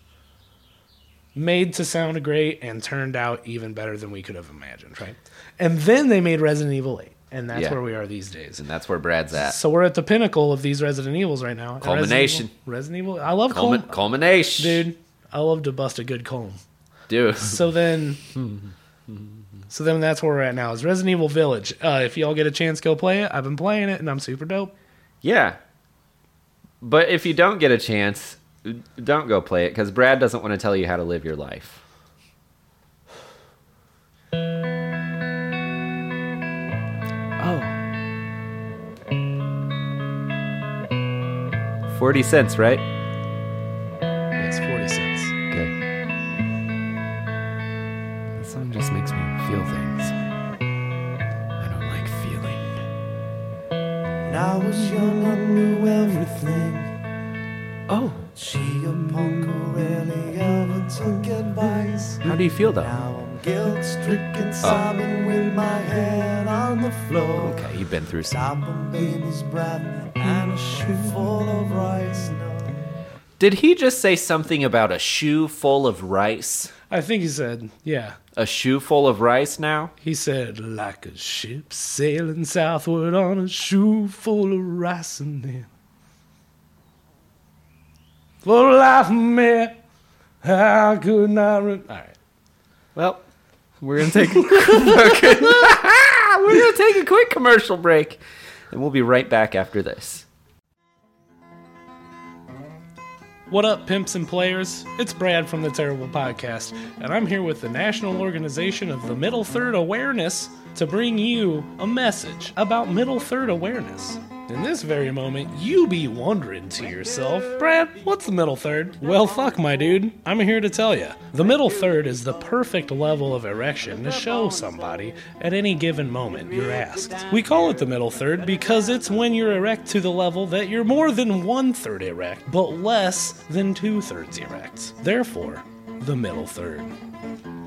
made to sound great and turned out even better than we could have imagined, right? And then they made Resident Evil 8 and that's
Yeah.
where we are these days.
And that's where Brad's at.
So we're at the pinnacle of these Resident Evils right now. And Resident
Culmination.
Evil- Resident Evil. I love
Culmin-
Culm.
culmination.
Dude, I love to bust a good Culm.
Dude.
So then, so then that's where we're at now. Is Resident Evil Village? Uh, if y'all get a chance, go play it. I've been playing it, and I'm super dope.
Yeah. But if you don't get a chance, don't go play it because Brad doesn't want to tell you how to live your life.
Oh,
40 cents, right?
it's forty cents.
Good. That song just makes me feel things. I don't like feeling.
When I was young, I knew everything.
Oh,
She a punk who rarely ever took advice.
how do you feel though?
Now I'm guilt stricken, sobbing with my head on the floor.
Okay, you've been through some.
Sobbing baby's breath and a shoe full of rice. No,
Did he just say something about a shoe full of rice?
I think he said, yeah.
A shoe full of rice now?
He said, like a ship sailing southward on a shoe full of rice and then. For the life of me, I could not. Re-. All right.
Well, we're gonna take a we're gonna take a quick commercial break, and we'll be right back after this.
What up, pimps and players? It's Brad from the Terrible Podcast, and I'm here with the National Organization of the Middle Third Awareness to bring you a message about Middle Third Awareness. In this very moment, you be wondering to yourself, Brad, what's the middle third? Well, fuck, my dude. I'm here to tell you. The middle third is the perfect level of erection to show somebody at any given moment you're asked. We call it the middle third because it's when you're erect to the level that you're more than one third erect, but less than two thirds erect. Therefore, the middle third.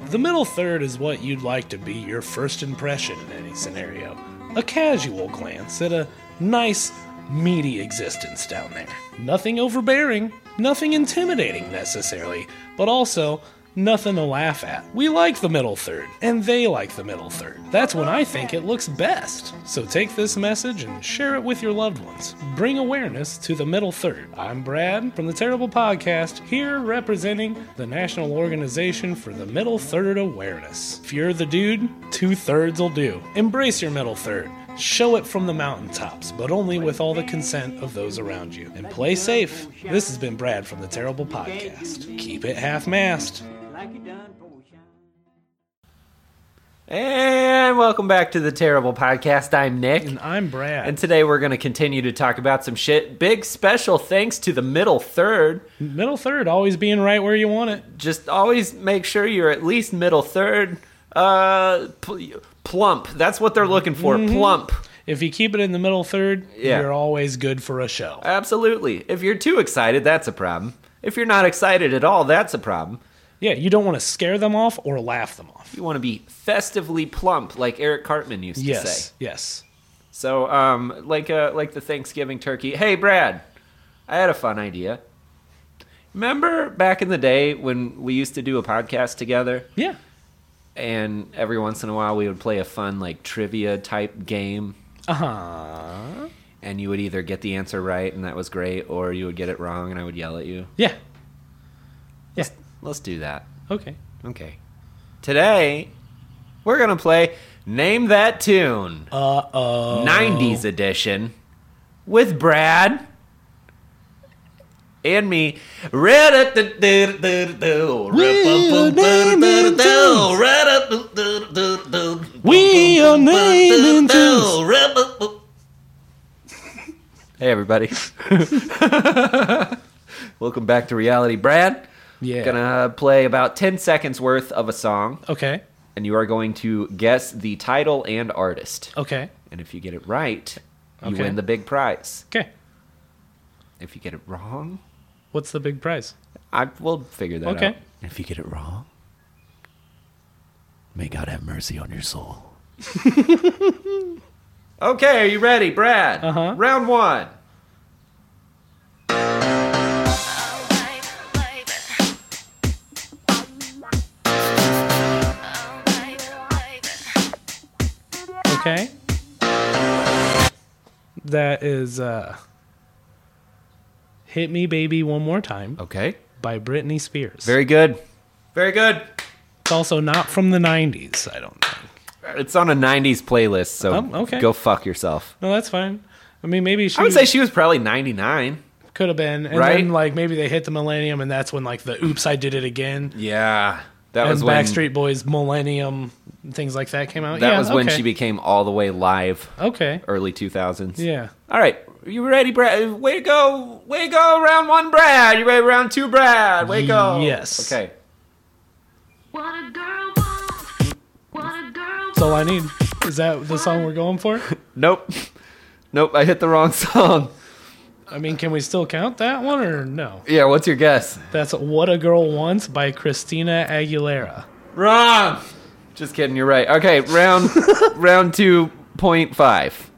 The middle third is what you'd like to be your first impression in any scenario. A casual glance at a nice, meaty existence down there. Nothing overbearing, nothing intimidating necessarily, but also nothing to laugh at. We like the middle third, and they like the middle third. That's when I think it looks best. So take this message and share it with your loved ones. Bring awareness to the middle third. I'm Brad from the Terrible Podcast, here representing the National Organization for the Middle Third Awareness. If you're the dude, two thirds will do. Embrace your middle third. Show it from the mountaintops, but only with all the consent of those around you. And play safe. This has been Brad from the Terrible Podcast. Keep it half mast.
And welcome back to the Terrible Podcast. I'm Nick.
And I'm Brad.
And today we're going to continue to talk about some shit. Big special thanks to the middle third.
middle third, always being right where you want it.
Just always make sure you're at least middle third. Uh, pl- plump. That's what they're looking for. Plump.
If you keep it in the middle third,
Yeah.
you're always good for a show.
Absolutely. If you're too excited, that's a problem. If you're not excited at all, that's a problem.
Yeah, you don't want to scare them off or laugh them off.
You want to be festively plump, like Eric Cartman used to
Yes.
say.
Yes.
So, um, like uh, like the Thanksgiving turkey. Hey, Brad, I had a fun idea. Remember back in the day when we used to do a podcast together,
Yeah.
and every once in a while we would play a fun like trivia type game,
Uh huh.
and you would either get the answer right, and that was great, or you would get it wrong, and I would yell at you.
Yeah. Yeah.
Let's do that.
Okay.
Okay. Today, we're going to play Name That Tune. Uh oh. 90s edition with Brad and me. uh,
We are naming tunes.
Hey, everybody. Welcome back to reality, Brad.
Yeah.
Gonna play about 10 seconds worth of a song,
Okay.
and you are going to guess the title and artist.
Okay.
And if you get it right, you
Okay.
win the big prize.
Okay.
If you get it wrong,
What's the big prize?
I will figure that
Okay.
out. If you get it wrong, may God have mercy on your soul. okay, are you ready, Brad?
Uh-huh.
Round one.
Okay. That is uh Hit Me Baby One More Time
Okay.
by Britney Spears.
Very good. Very good.
it's also not from the 90s, I don't think.
It's on a 90s playlist, so
Oh, okay.
go fuck yourself.
No, that's fine. I mean, maybe she
I would say she was probably 99.
could have been. And
Right?
then, like, maybe they hit the millennium, and that's when, like, the oops, I did it again.
Yeah. That
and
was when,
Backstreet Boys, Millennium, things like that came out.
That
yeah,
was when
okay.
she became all the way live,
Okay.
early 2000s.
Yeah.
All right, you ready, Brad? Way to go! Way to go! Round one, Brad. You ready? Round two, Brad. Way to go!
Yes.
Okay.
What a girl wants. What a girl
That's all I need. Is that the song we're going for?
Nope. Nope. I hit the wrong song.
I mean, can we still count that one or no?
Yeah. What's your guess?
That's What a Girl Wants by Christina Aguilera.
Wrong. Just kidding. You're right. Okay. Round. round two point five.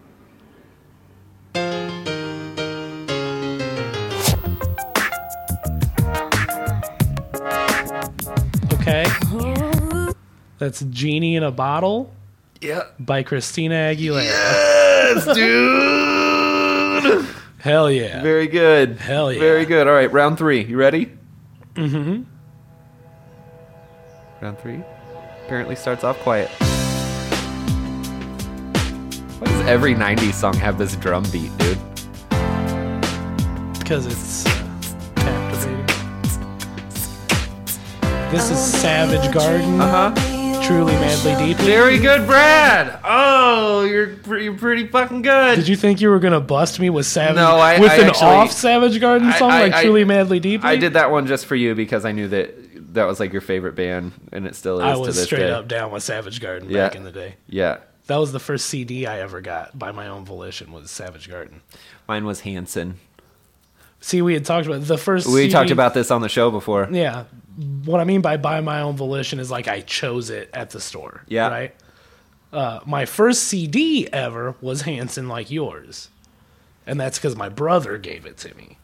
That's Genie in a Bottle
Yeah.
by Christina Aguilera.
Yes, dude.
Hell yeah.
Very good.
Hell yeah.
Very good. All right, round three. You ready? Mm-hmm. Round three apparently starts off quiet. Why does every 90s song have this drum beat, dude?
Because it's uh, captivating. This is Savage Garden.
Uh huh.
Truly Madly Deeply.
Very good, Brad. Oh, you're pre- you're pretty fucking good.
Did you think you were gonna bust me with Savage
No, I-
with
I
an
actually-
off Savage Garden
I-
song
I-
like
I-
Truly Madly Deeply?
I did that one just for you because I knew that that was like your favorite band, and it still is.
I
to
was
this
straight
day.
up down with Savage Garden
Yeah.
back in the day.
Yeah,
That was the first CD I ever got by my own volition was Savage Garden.
mine was Hanson.
See, we had talked about the first.
We
CD
talked about this on the show before.
Yeah, what I mean by by my own volition is like I chose it at the store.
Yeah.
right. Uh, my first CD ever was Hanson like yours, and that's because my brother gave it to me.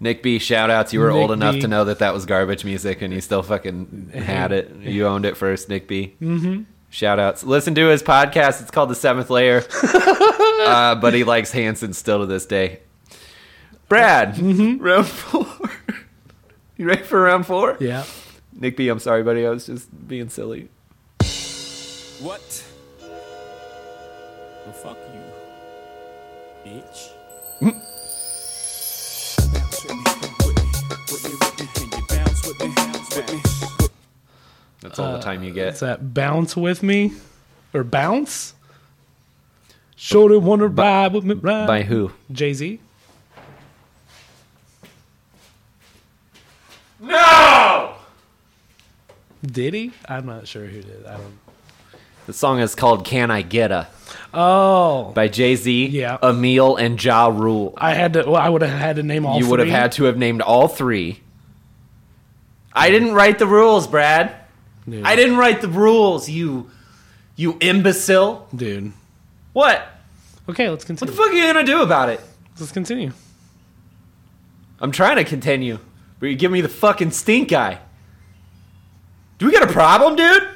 Nick B, shout outs. You were
Nick
old enough
B.
to know that that was garbage music, and you still fucking had it. You owned it first, Nick B. Mm-hmm. Shout outs. Listen to his podcast. It's called The Seventh Layer. uh, but he likes Hanson still to this day. Brad,
Mm-hmm.
round four. you ready for round four?
Yeah,
Nick B, I'm sorry, buddy. I was just being silly.
What? Well, fuck you, bitch. Bounce with me, with me, with me, with me. Can you bounce with me, bounce with me?
That's all the time you
Is
get.
that bounce with me or bounce? Shoulder wanna ride with me, ride.
By who?
Jay Z. No. Did he? I'm not sure who did. I don't.
The song is called Can I Get A
Oh,
by Jay Z,
Yeah.
Emil, and Ja Rule.
I had to. Well, I would have had to name all.
you would have
three.
had to have named all three. I didn't write the rules, Brad.
Dude,
I didn't write the rules, you you imbecile.
dude.
What?
Okay, let's
What the
continue.
fuck are you gonna do about it?
Let's continue.
I'm trying to continue, but you give me the fucking stink eye. Do we got a problem, dude?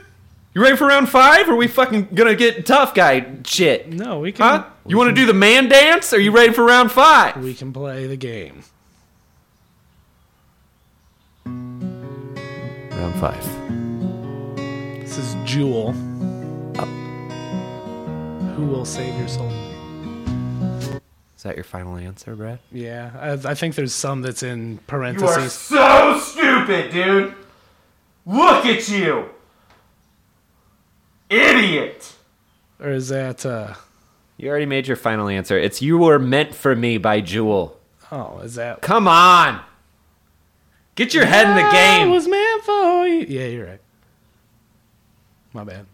You ready for round five? Or are we fucking gonna get tough guy shit?
No, we can.
Huh? You want to do the man dance? Are you ready for round five?
We can play the game.
Round five.
This is Jewel. Who will save your soul?
Is that your final answer, Brad?
Yeah, I, I think there's some that's in
You are
parentheses.
so stupid, dude. Look at you, idiot.
Or is that, uh,
You already made your final answer. It's "You Were Meant for Me" by Jewel.
oh, is that.
Come on, get your head in the
I
game.
was meant for you. Yeah, you're right. My bad.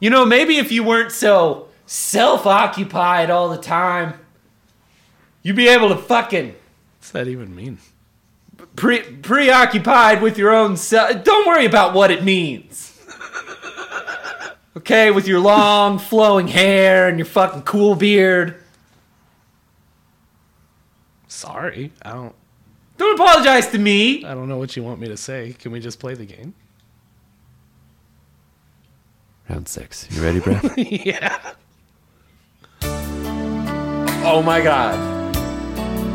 You know, maybe if you weren't so self-occupied all the time, you'd be able to fucking
What's that even mean?
pre preoccupied with your own self. Don't worry about what it means. Okay, with your long flowing hair and your fucking cool beard.
Sorry. I don't
Don't apologize to me.
I don't know what you want me to say. Can we just play the game?
Round six. You ready, Brad?
yeah.
oh my god.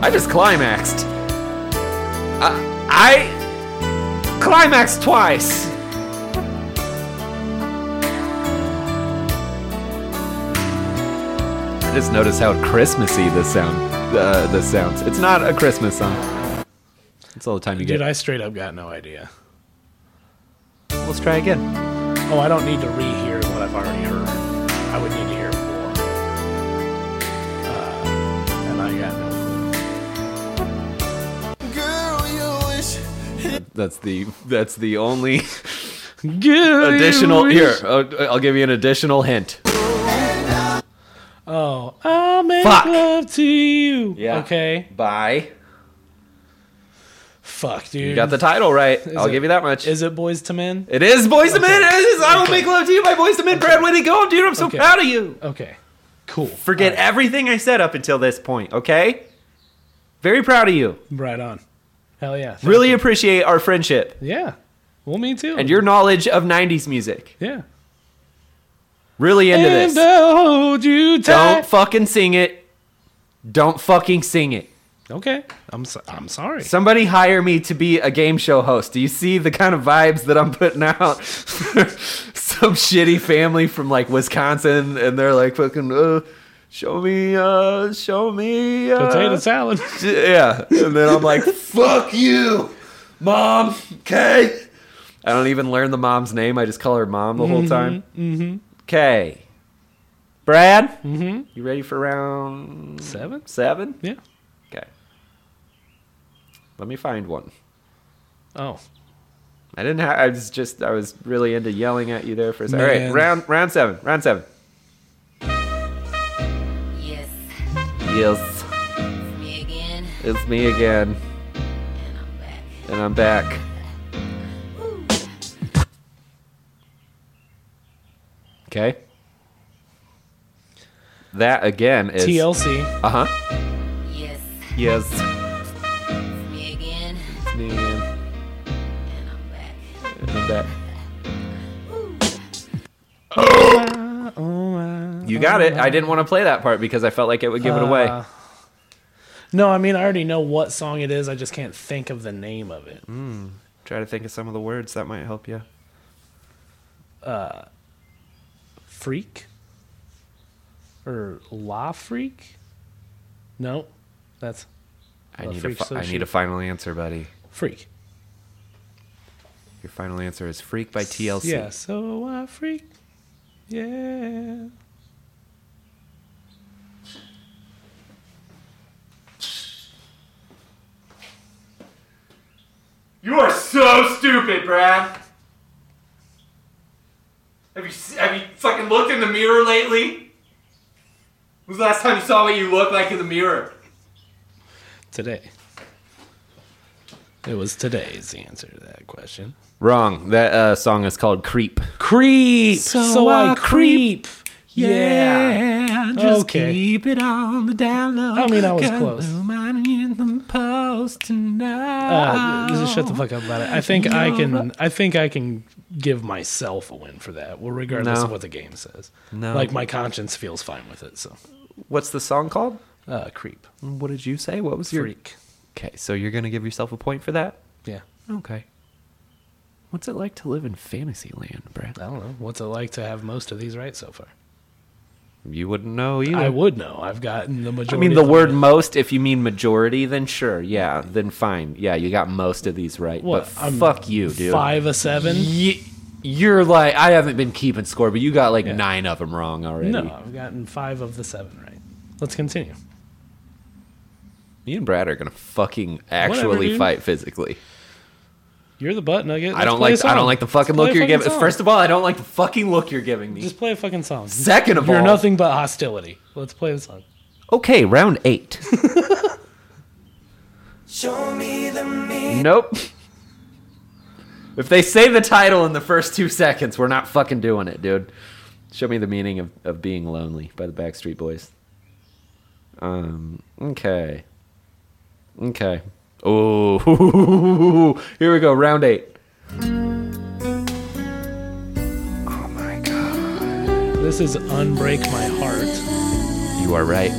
I just climaxed. Uh, I, I climaxed twice. I just noticed how Christmassy this sound uh, this sounds. It's not a Christmas song. It's all the time you
Dude,
get.
I straight up got no idea.
Let's try again.
Oh, I don't need to rehear what I've already heard. I would need to hear more. Uh, and I got no clue.
Girl, you wish.
That's the that's the only
Good
additional
wish.
here. I'll, I'll give you an additional hint.
Oh, I'll make
Fuck.
love to you.
Yeah.
Okay.
Bye.
Fuck, dude.
You got the title right. I'll
it-
give you that much.
Is it Boys to Men?
it is Boys to
Okay.
Men. It is I will
Okay.
make love to you by Boys to Men. Brad Whitty, go on, dude. I'm so
Okay.
proud of you.
Okay. Cool.
Forget everything I said up until this point, okay? Very proud of you.
Right on. Hell yeah.
Really appreciate our friendship.
Yeah. Well, me too.
and your knowledge of 90s music.
yeah.
Really into
And
this.
I'll hold you
Don't
tight.
fucking sing it. Don't fucking sing it.
okay. I'm so- I'm sorry.
Somebody hire me to be a game show host. Do you see the kind of vibes that I'm putting out? Some shitty family from like Wisconsin, and they're like, "Fucking uh, show me, uh, show me uh,
Potato salad.
Yeah, and then I'm like, "Fuck you, mom." Okay, I don't even learn the mom's name. I just call her mom the whole time. Okay, Brad, mm-hmm. you ready for round
Seven.
seven?
Yeah.
Okay, let me find one.
Oh.
I didn't have. I was just. I was really into yelling at you there for a second. All
Man.
right, round round seven. Round seven.
Yes,
Yes,
me again,
it's me again,
and I'm back.
and I'm back. Okay. That again is.
TLC.
Uh huh.
Yes,
Yes,
me again,
it's me again,
and I'm back.
and I'm back.
Oh, uh,
You got it. I didn't want to play that part because I felt like it would give it away.
Uh, no, I mean I already know what song it is. I just can't think of the name of it.
Try to think of some of the words that might help you.
Freak or La Freak? No, that's
I
Well,
need a.
freak
Fi- I
sushi.
need a final answer, buddy.
Freak.
Your final answer is "Freak" by TLC.
Yeah, so I freak. Yeah.
You are so stupid, Brad. Have you s- have you fucking looked in the mirror lately? When was the last time you saw what you look like in the mirror?
Today. It was today's answer to that question.
Wrong. That uh, song is called "Creep."
Creep. So, I,
I
creep. Yeah.
just
Okay.
keep it on the down low.
I mean, I was
Got
close.
no money in the post
Uh,
tonight.
just shut the fuck up about it. I think I can. I think I can give myself a win for that. Well, regardless
No.
of what the game says,
No.
like my conscience feels fine with it. So,
What's the song called?
uh, creep,
What did you say? What was your?
freak.
Okay, so you're gonna give yourself a point for that.
Yeah,
Okay. What's it like to live in Fantasyland, Brad?
I don't know. What's it like to have most of these right so far?
You wouldn't know either.
I would know. I've gotten the
I
majority.
mean, the
of them
word
right.
"most," if you mean majority, then sure, yeah, then fine, yeah, you got most of these right.
What,
but
I'm
fuck you, dude.
five a seven.
Y- you're like I haven't been keeping score, but you got like
Yeah.
nine of them wrong already.
No, I've gotten five of the seven right. Let's continue.
Me and Brad are gonna fucking
Whatever,
actually
dude.
fight physically.
You're the butt nugget.
I
Let's
don't
play a
like I
song.
don't like the fucking
Let's
look
play
you're
a fucking
giving.
song.
First of all, I don't like the fucking look you're giving me.
just play a fucking song.
Second of
You're
all,
nothing but hostility. Let's play the song.
Okay, round eight.
Show me the meat.
nope. If they say the title in the first two seconds, we're not fucking doing it, dude. Show me the meaning of, of being lonely by the Backstreet Boys. Um. Okay. Okay. Oh, here we go. Round eight.
This is Unbreak My Heart.
You are right.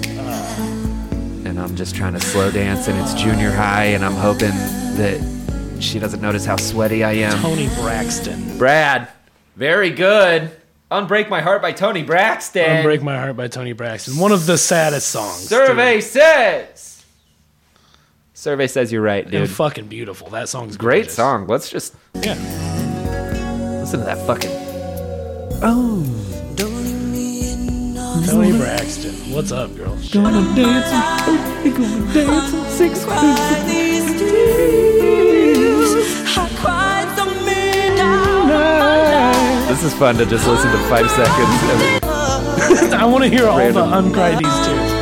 And I'm just trying to slow dance, and it's junior high, and I'm hoping that she doesn't notice how sweaty I am.
Tony Braxton.
Brad, very good. Unbreak My Heart by Tony Braxton.
Unbreak My Heart by Tony Braxton. One of the saddest songs.
Survey says. Survey says you're right,
dude.
dude.
And fucking beautiful. That song's
Great
gorgeous.
song. Let's just
Yeah.
listen to that fucking. Oh.
Tony Braxton. What's up, girl? Shit.
This is fun to just listen to five seconds. of-
I want to hear all the
Random.
uncried these tunes.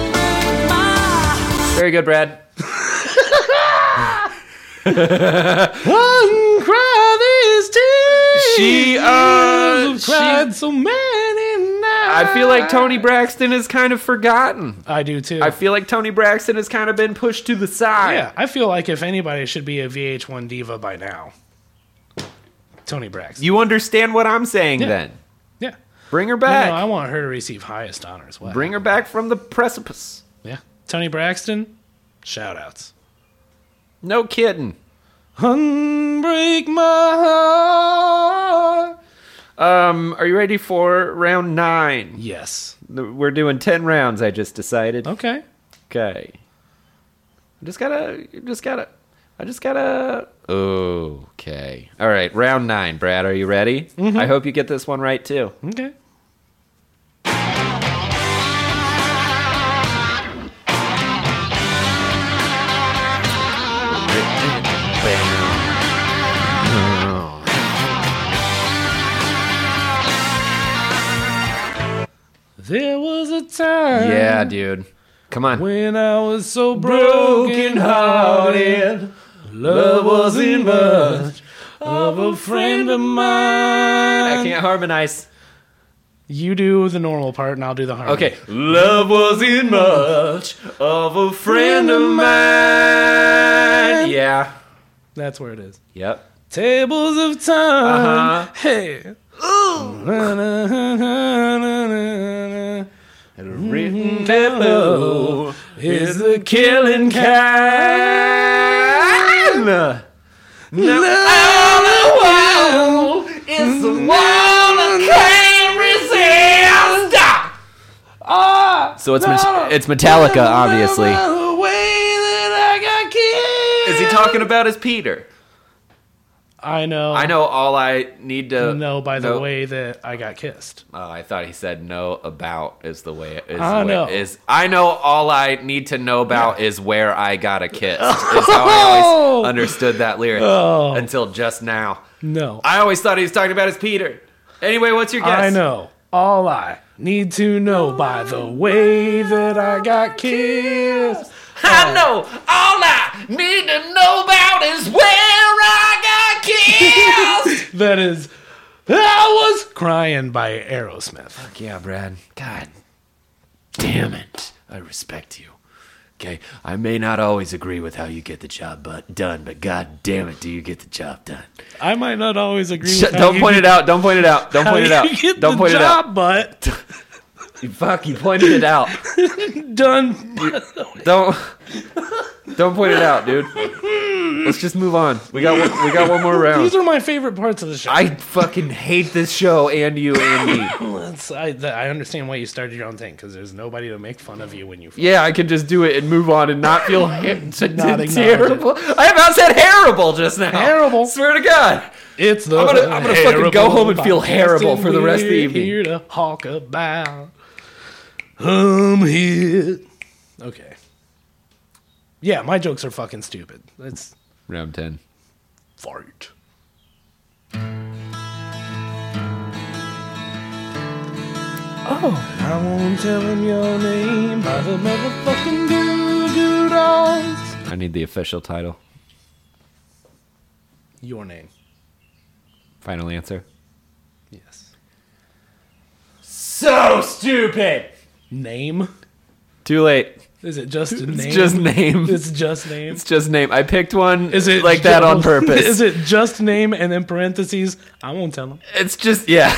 Very good, Brad.
Uncry these tunes.
She, uh,
I've
she-
cried so many nights.
I feel like Tony Braxton is kind of forgotten.
I do too.
I feel like Tony Braxton has kind of been pushed to the side.
yeah, I feel like if anybody should be a VH1 diva by now, Tony Braxton.
You understand what I'm saying
Yeah.
then.
yeah.
Bring her
No,
back.
no, I want her to receive highest honors. What?
Bring her back from the precipice.
Yeah. Tony Braxton, shout outs.
No kidding.
Unbreak my heart.
Um, are you ready for round nine?
Yes.
Th- We're doing ten rounds. I just decided.
Okay.
Okay. I just gotta. I Just gotta. I just gotta. Okay. All right. Round nine. Brad, are you ready? I hope you get this one right too.
Okay. There was a time
Yeah, dude. Come on.
when I was so broken hearted. Love wasn't much of a friend of mine.
I can't harmonize.
You do the normal part, and I'll do the harmony.
Okay. Love wasn't much of a friend of mine. Yeah.
that's where it is.
Yep.
Tables of time.
Uh-huh.
Hey. Ooh.
Written below is the killing kind. Now all I want is the one I can't resist. So it's it's Metallica, obviously. Is he talking about as Peter?
I know.
I know all I need to
No, by the
know-
way that I got kissed.
Oh, I thought he said no about is the way is
I
I
know.
know. is I know all I need to know about is where I got a kiss. Is how I always understood that lyric
Oh.
until just now.
No.
I always thought he was talking about his Peter. Anyway, what's your guess?
I know. All I need to know by the way that I got kissed.
I know. All I need to know about is where I got kissed.
That is, I was crying by Aerosmith.
yeah, Brad. God damn it. I respect you. Okay, I may not always agree with how you get the job but done, but god damn it, do you get the job done?
I might not always agree
Shut,
with how
don't
you
point it out. Don't point it out. Don't
how
point it
you
out.
get
Don't
the
point it
job,
out.
But
You Fuck, you pointed it out.
done.
Don't Don't point it out, dude. Let's just move on. We got one, we got one more
These
round.
are my favorite parts of the show.
I fucking hate this show and you and me.
That's- I, that- I understand why you started your own thing because there's nobody to make fun of you when you.
Yeah, I can just do it and move on and not feel ha-
Not acknowledge it.
terrible. I about said terrible just now.
Terrible.
Swear to God.
It's the.
I'm gonna- I'm gonna fucking
terrible
go home and feel
podcast
terrible
and
for the rest of the
we're
evening.
Here to hawk about. I'm here. Okay. Yeah, my jokes are fucking stupid. That's
Round ten.
fart. Oh, I won't tell him your name by the motherfucking doo-doo-dolls.
I need the official title.
Your name.
Final answer.
Yes.
So stupid.
Name?
Too late.
Is it just a name?
It's just name.
It's just name.
It's just name. I picked one.
Is it
like that
ju-
on purpose?
Is it just name and then parentheses? I won't tell him.
It's just yeah.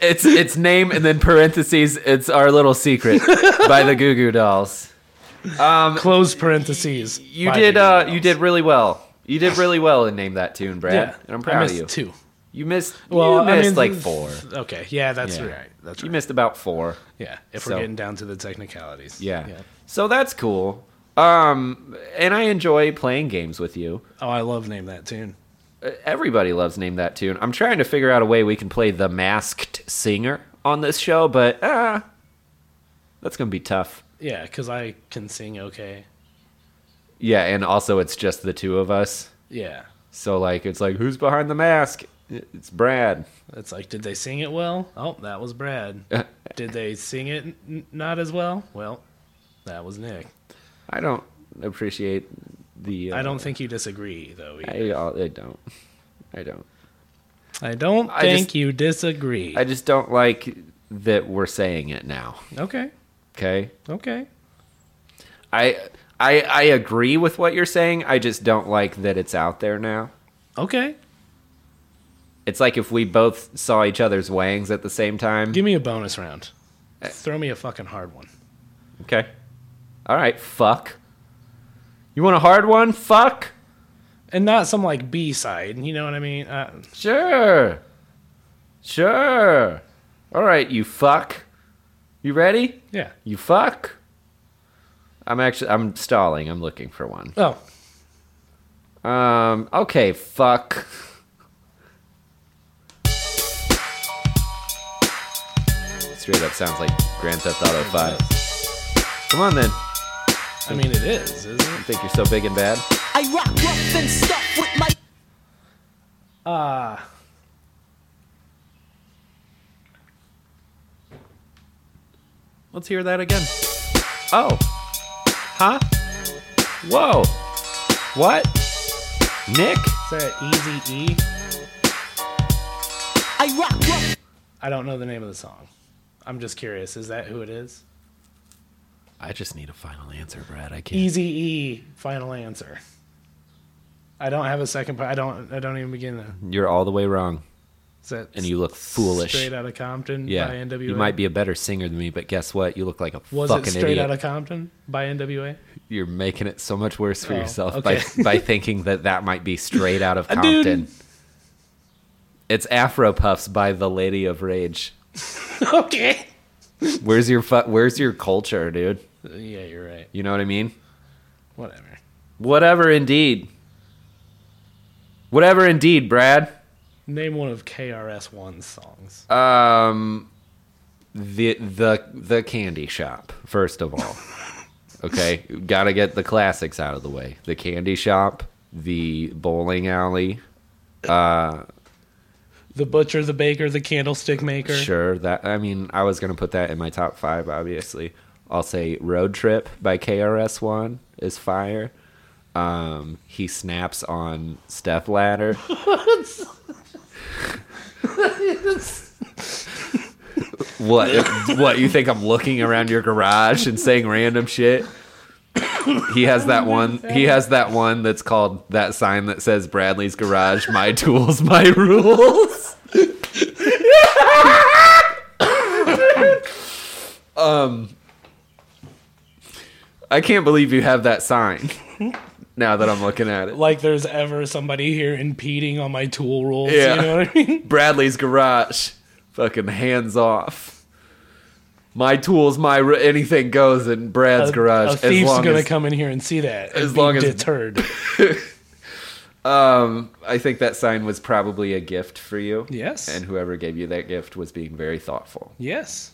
It's it's name and then parentheses. It's our little secret by the Goo Goo Dolls.
Close parentheses.
Uh, You did uh you did really well. You did really well in name that tune, Brad.
Yeah,
and I'm proud
I
of
missed
you.
Two.
You missed.
Well,
you
I
missed
mean,
like
th-
four.
Okay. Yeah, that's
Yeah.
right. That's
You
right.
missed about four.
Yeah. If
So-
we're getting down to the technicalities.
Yeah. So that's cool. Um, and I enjoy playing games with you.
Oh, I love name that tune.
Uh, Everybody loves name that tune. I'm trying to figure out a way we can play the Masked Singer on this show, but uh, that's gonna be tough.
Yeah, because I can sing okay.
Yeah, and also it's just the two of us.
Yeah.
So like it's like who's behind the mask? It's Brad.
It's like, did they sing it well? Oh, that was Brad. did they sing it n- not as well? Well, that was Nick.
I don't appreciate the. Uh,
I don't think you disagree, though. either.
I, uh, I don't. I don't.
I don't
I
think
just-
you disagree.
I just don't like that we're saying it now.
okay.
Okay.
Okay.
I I I agree with what you're saying. I just don't like that it's out there now.
Okay.
It's like if we both saw each other's wangs at the same time.
Give me a bonus round. Throw me a fucking hard one.
Okay. All right. Fuck. You want a hard one? Fuck.
And not some like B side, you know what I mean? Uh,
Sure. Sure. All right. You fuck. You ready?
yeah.
You fuck. I'm actually. I'm stalling. I'm looking for one.
Oh,
Um. Okay. Fuck. Straight up sounds like Grand Theft Auto Five. Come on then.
I mean it is, isn't it?
You think you're so big and bad?
I rock rough and stuff with my
Let's hear that again. Oh. Huh? Whoa. What? Nick?
Is that Easy E?
I rock rough
I don't know the name of the song. I'm just curious. Is that who it is?
I just need a final answer, Brad. I can't.
Easy E. Final answer. I don't have a second. part. I don't. I don't even begin to.
You're all the way wrong,
Is that
Mm-hmm. and you look foolish.
Straight out of Compton.
yeah.
By NWA.
You might be a better singer than me, but guess what? You look like a
Was
fucking
it straight
idiot.
out of Compton by NWA?
You're making it so much worse for
Oh,
yourself
okay.
by by thinking that that might be straight out of
dude.
Compton. It's Afro Puffs by the Lady of Rage.
okay.
Where's your fu- Where's your culture, dude?
Yeah, you're right.
You know what I mean?
Whatever.
Whatever indeed. Whatever indeed, Brad.
Name one of KRS One's songs.
Uh, Um the the the candy shop, first of all. okay? Got to get the classics out of the way. The candy shop, the bowling alley.
the butcher, the baker, the candlestick maker.
Sure, that I mean, I was going to put that in my top 5 obviously. I'll say Road Trip by KRS-One is fire. Um, he snaps on Step Ladder. What? what? You think I'm looking around your garage and saying random shit? He has that one. He has that one that's called that sign that says Bradley's Garage, my tools, my rules. um, I can't believe you have that sign. Now that I'm looking at it,
Like there's ever somebody here impeding on my tool rules.
Yeah.
You know what I mean?
Bradley's Garage, fucking hands off. My tools, my ru- anything goes in Brad's
a,
garage.
A thief's
as long
gonna
as,
come in here and see that. And
as
be
long as-
deterred.
Um, I think that sign was probably a gift for you.
Yes.
And whoever gave you that gift was being very thoughtful.
yes.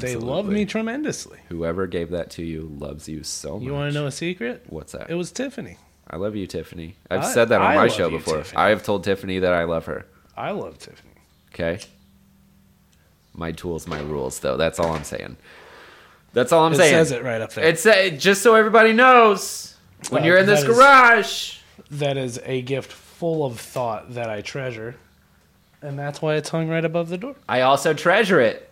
They love
Absolutely.
me tremendously.
Whoever gave that to you loves you so much.
You want to know a secret?
what's that?
It was Tiffany.
I love you, Tiffany. I've
I-
said that on
I
my
love
show
you,
before.
Tiffany.
I have told Tiffany that I love her.
I love Tiffany.
Okay. My tools, my rules, though. That's all I'm saying. That's all I'm
It
saying.
says it right up there.
It's uh, just so everybody knows when
Well,
you're in this
that is-
garage.
that is a gift full of thought that I treasure, and that's why it's hung right above the door.
I also treasure it.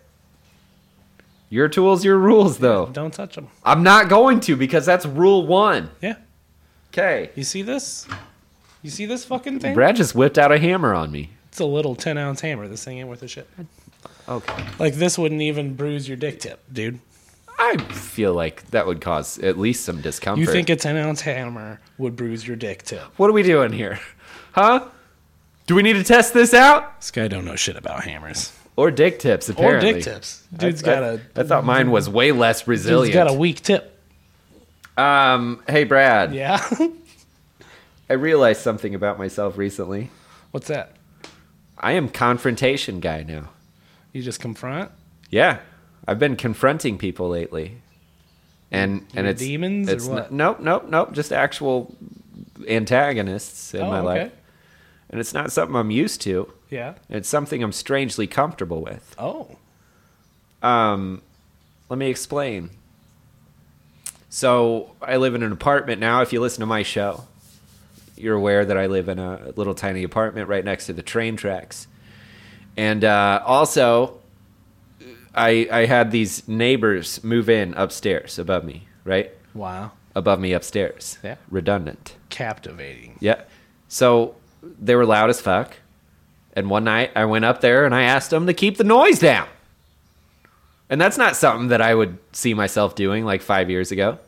Your tools, your rules, though.
Don't touch them.
I'm not going to because that's rule one.
Yeah.
Okay.
You see this? You see this fucking thing?
Brad just whipped out a hammer on me.
It's a little ten ounce hammer. This thing ain't worth a shit.
Okay.
Like this wouldn't even bruise your dick tip, dude.
I feel like that would cause at least some discomfort.
You think a ten ounce hammer would bruise your dick tip?
what are we doing here? Huh? Do we need to test this out?
This guy don't know shit about hammers
Or dick tips,
or
apparently.
dick tips. Dude's
I-
got a
I thought mine was way less
dude's got a
resilient.
weak tip.
um, hey, Brad.
Yeah.
I realized something about myself recently.
What's that?
I am confrontation guy now.
You just confront
Yeah, I've been confronting people lately, and and it's
demons or
It's
what?
n- nope, nope, nope. Just actual antagonists in
Oh,
my
okay.
life, and it's not something I'm used to.
Yeah.
It's something I'm strangely comfortable with.
Oh.
Let me explain. So I live in an apartment now. If you listen to my show, you're aware that I live in a little tiny apartment right next to the train tracks, and uh, also I I had these neighbors move in upstairs above me, right
Wow.
above me upstairs.
Yeah.
redundant.
Captivating.
Yeah. So they were loud as fuck. And one night I went up there and I asked them to keep the noise down. And that's not something that I would see myself doing like five years ago.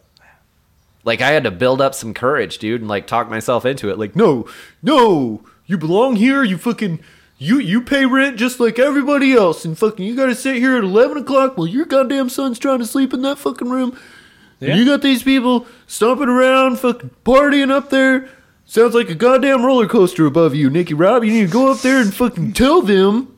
Like I had to build up some courage, dude, and like talk myself into it. Like, no, no, you belong here. You fucking, you you pay rent just like everybody else, and fucking, you gotta sit here at eleven o'clock while your goddamn son's trying to sleep in that fucking room. And you got these people stomping around, fucking partying up there. Sounds like a goddamn roller coaster above you, Nicky Rob. You need to go up there and fucking tell them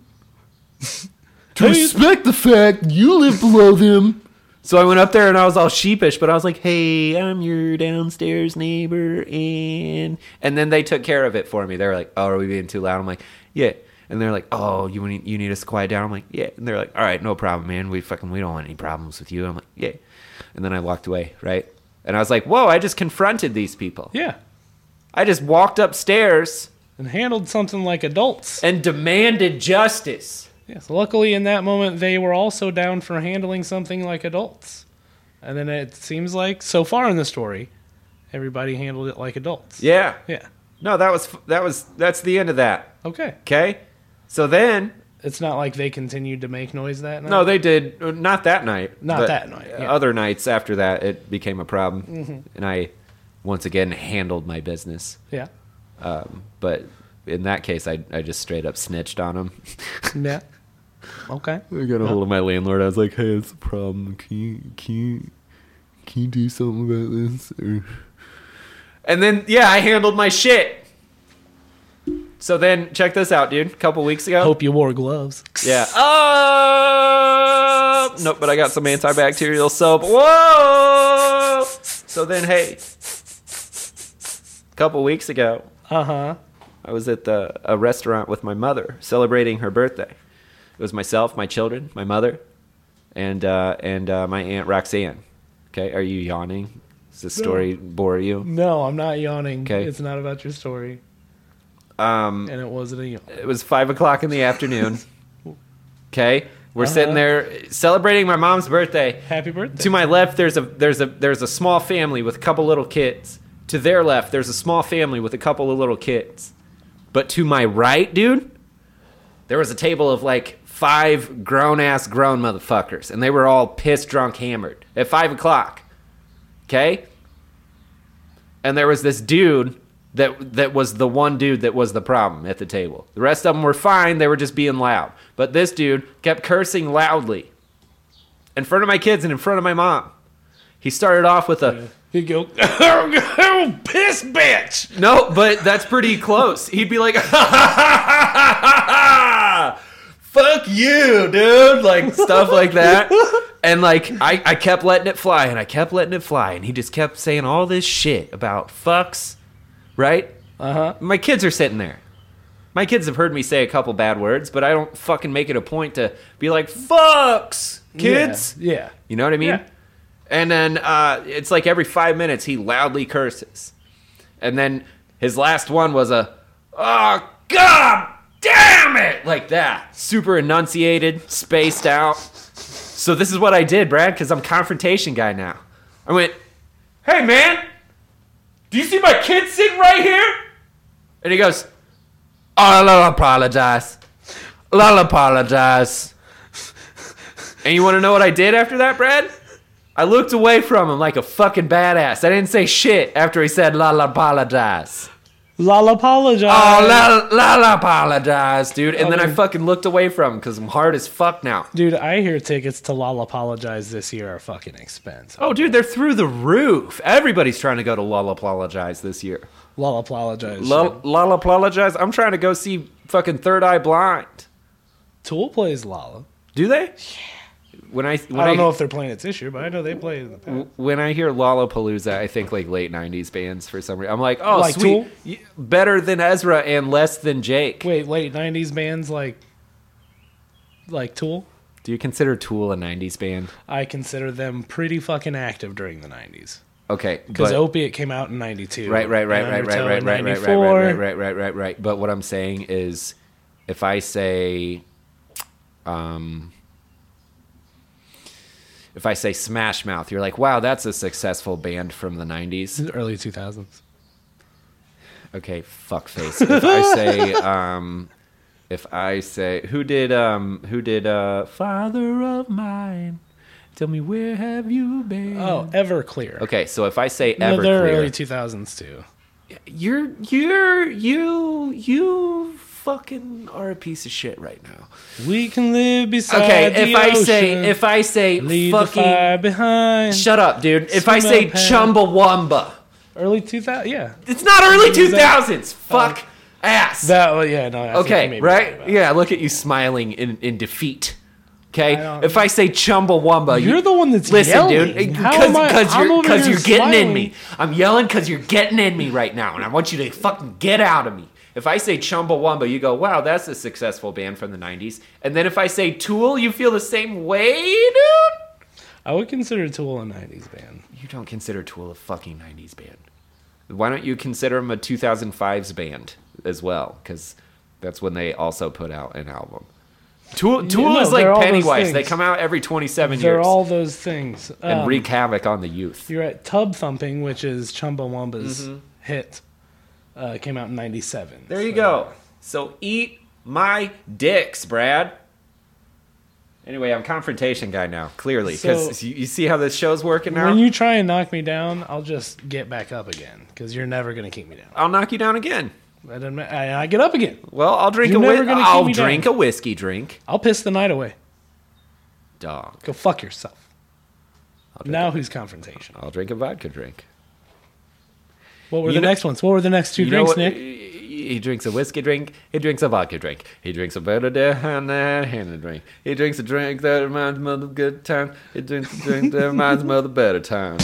to respect the fact you live below them. So I went up there and I was all sheepish, but I was like, "Hey, I'm your downstairs neighbor," and and then they took care of it for me. They were like, "Oh, are we being too loud?" I'm like, "Yeah," and they're like, "Oh, you need you need us to quiet down?" I'm like, "Yeah," and they're like, "All right, no problem, man. We fucking we don't want any problems with you." I'm like, "Yeah," and then I walked away, right? And I was like, "Whoa!" I just confronted these people.
Yeah.
I just walked upstairs
And handled something like adults.
and demanded justice.
Yes. Luckily, in that moment, they were also down for handling something like adults. And then it seems like, so far in the story, everybody handled it like adults.
Yeah.
Yeah.
No, that was that was that's the end of that.
Okay.
Okay. So then
It's not like they continued to make noise that night.
No, they did uh, not that night. Mm-hmm.
Not
but
that night, yeah.
Other nights after that, it became a problem, and I once again handled my business.
Yeah.
But in that case, I I just straight up snitched on him.
Yeah. Okay.
I got a hold of my landlord. I was like, "Hey, it's a problem. Can you can you, can you do something about this?" Or- And then yeah, I handled my shit. So then, check this out, dude. A couple weeks ago,
Hope you wore gloves.
Yeah. Oh nope, but I got some antibacterial soap. Whoa. So then, hey, a couple weeks ago,
Uh huh.
I was at the, a restaurant with my mother celebrating her birthday. It was myself, my children, my mother, and uh, and uh, my aunt Roxanne. Okay, are you yawning? Does this story bore you?
No, I'm not yawning.
'Kay.
It's not about your story.
Um,
And it wasn't a yawn.
it was five o'clock in the afternoon. Okay, we're sitting there celebrating my mom's birthday.
Happy birthday.
To my left, there's a there's a there's a small family with a couple little kids. To their left, there's a small family with a couple of little kids. But to my right, dude, there was a table of like five grown ass grown motherfuckers, and they were all pissed, drunk, hammered at five o'clock. Okay. And there was this dude that that was the one dude that was the problem at the table. The rest of them were fine; they were just being loud. But this dude kept cursing loudly in front of my kids and in front of my mom. He started off with a
He'd go, oh, piss, bitch.
no, but that's pretty close. He'd be like, "Fuck you, dude!" Like stuff like that, and like I, I kept letting it fly, and I kept letting it fly, and he just kept saying all this shit about fucks, right?
Uh huh.
my kids are sitting there. My kids have heard me say a couple bad words, but I don't fucking make it a point to be like, fucks, kids.
Yeah. yeah.
You know what I mean?
Yeah.
And then uh, it's like every five minutes he loudly curses. And then his last one was a, oh, God damn it! Like that. Super enunciated, spaced out. So this is what I did, Brad, because I'm confrontation guy now. I went, hey, man, do you see my kid sitting right here? And he goes, oh, I'll apologize. I'll apologize. And you want to know what I did after that, Brad? I looked away from him like a fucking badass. I didn't say shit after he said la la apologize.
Lala apologize.
Oh, la la la apologize, dude. And then I fucking looked away from him because I'm hard as fuck now.
Dude, I hear tickets to Lala Apologize this year are fucking expensive.
Oh, dude, they're through the roof. Everybody's trying to go to Lala Apologize this year.
Lala Apologize.
La Lala Apologize? I'm trying to go see fucking Third Eye Blind.
Tool plays Lala.
Do they? When I when
I
I,
don't know if they're playing it this year, but I know they played it in the past.
when I hear Lollapalooza, I think like late '90s bands for some reason. I'm like, oh,
Like
sweet,
Tool?
Y- better than Ezra and less than Jake.
Wait, late '90s bands like like Tool.
Do you consider Tool a '90s band?
I consider them pretty fucking active during the '90s
Okay,
because
but
Opiate came out in '92.
right, right, right,
and
right, right,
Undertow
right, right,
in
right, right, right,
94.
right, right, right, right, right. But what I'm saying is, if I say, um, if I say Smash Mouth, you're like, wow, that's a successful band from the '90s.
Early 2000s.
Okay, fuckface. If I say, um, if I say, who did, um, who did, uh, Father of Mine? Tell me where have you been?
Oh, Everclear.
Okay, so if I say
No, they're early
Everclear,
two thousands too.
you're you're you you fucking are a piece of shit right now.
We can live beside
Okay,
the
if I say
ocean,
if I say
leave the
fucking
fire behind.
shut up, dude. If I
Swim
say
up, pal.
Chumbawamba,
early two thousand. Yeah,
it's not early two
that-
thousands. Fuck ass.
that. well, Yeah, no. I think you may
okay,
be right
right?
about
Yeah, look at you smiling in, in defeat.
I
Okay,
don't-
if I say Chumbawamba,
that. You're
you-
the one that's
Listen,
yelling.
dude,
How
because
am I- I'm
you're,
over
cause
here
you're getting in
smiling.
me. I'm yelling because you're getting in me right now, and I want you to fucking get out of me. If I say Chumbawamba, you go, wow, that's a successful band from the 90s. And then if I say Tool, you feel the same way, dude?
I would consider Tool a '90s band.
You don't consider Tool a fucking 90s band. Why don't you consider them a 2005s band as well? Because that's when they also put out an album. Tool, Tool
no,
is
they're
like
all those
Pennywise. They
things.
come out every 27
They're
years
all those things.
and
Um,
wreak havoc on the youth.
You're at Tub Thumping, which is Chumbawamba's hit. Uh, came out in '97.
Mm-hmm. There you go. So eat my dicks, Brad. Anyway, I'm confrontation guy now, clearly,
So-
because you, you see how this show's working now.
When you try and knock me down, I'll just get back up again because you're never gonna keep me down.
I'll knock you down again.
I, don't, ma- I, I get up again.
Well, I'll drink
You're
a
never
whis-
gonna keep
I'll
me down.
drink a whiskey drink.
I'll piss the night away.
Dog.
Go fuck yourself. Now who's confrontation?
I'll drink a vodka drink.
What were
You
the
know-
next ones? What were the next two
You know
drinks,
what?
Nick?
He he drinks a whiskey drink. He drinks a vodka drink. He drinks a better day and a hand drink. He drinks a drink that reminds him of the good time. He drinks a drink that reminds him of the better time.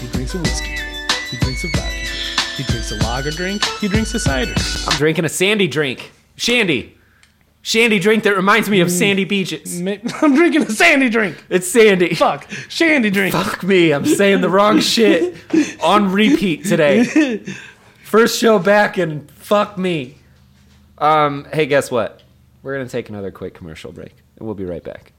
He drinks a whiskey drink. He drinks a vodka drink. He drinks a lager drink. He drinks a cider.
I'm drinking a sandy drink. Shandy. Shandy drink that reminds me of sandy beaches.
Ma- I'm drinking a sandy drink.
It's sandy.
Fuck. Shandy drink.
Fuck me, I'm saying the wrong shit on repeat today. First show back and fuck me. Um, hey, guess what? We're gonna take another quick commercial break and we'll be right back.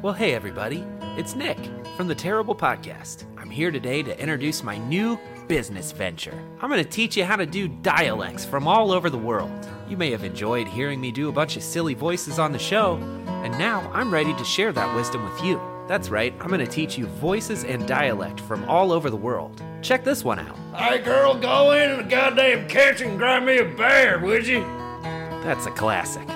Well, hey everybody, it's Nick from the Terrible Podcast. I'm here today to introduce my new business venture. I'm going to teach you how to do dialects from all over the world. You may have enjoyed hearing me do a bunch of silly voices on the show, and now I'm ready to share that wisdom with you. That's right, I'm going to teach you voices and dialect from all over the world. Check this one out. Hey girl, go in the goddamn kitchen and grab me a bear, would you? That's a classic.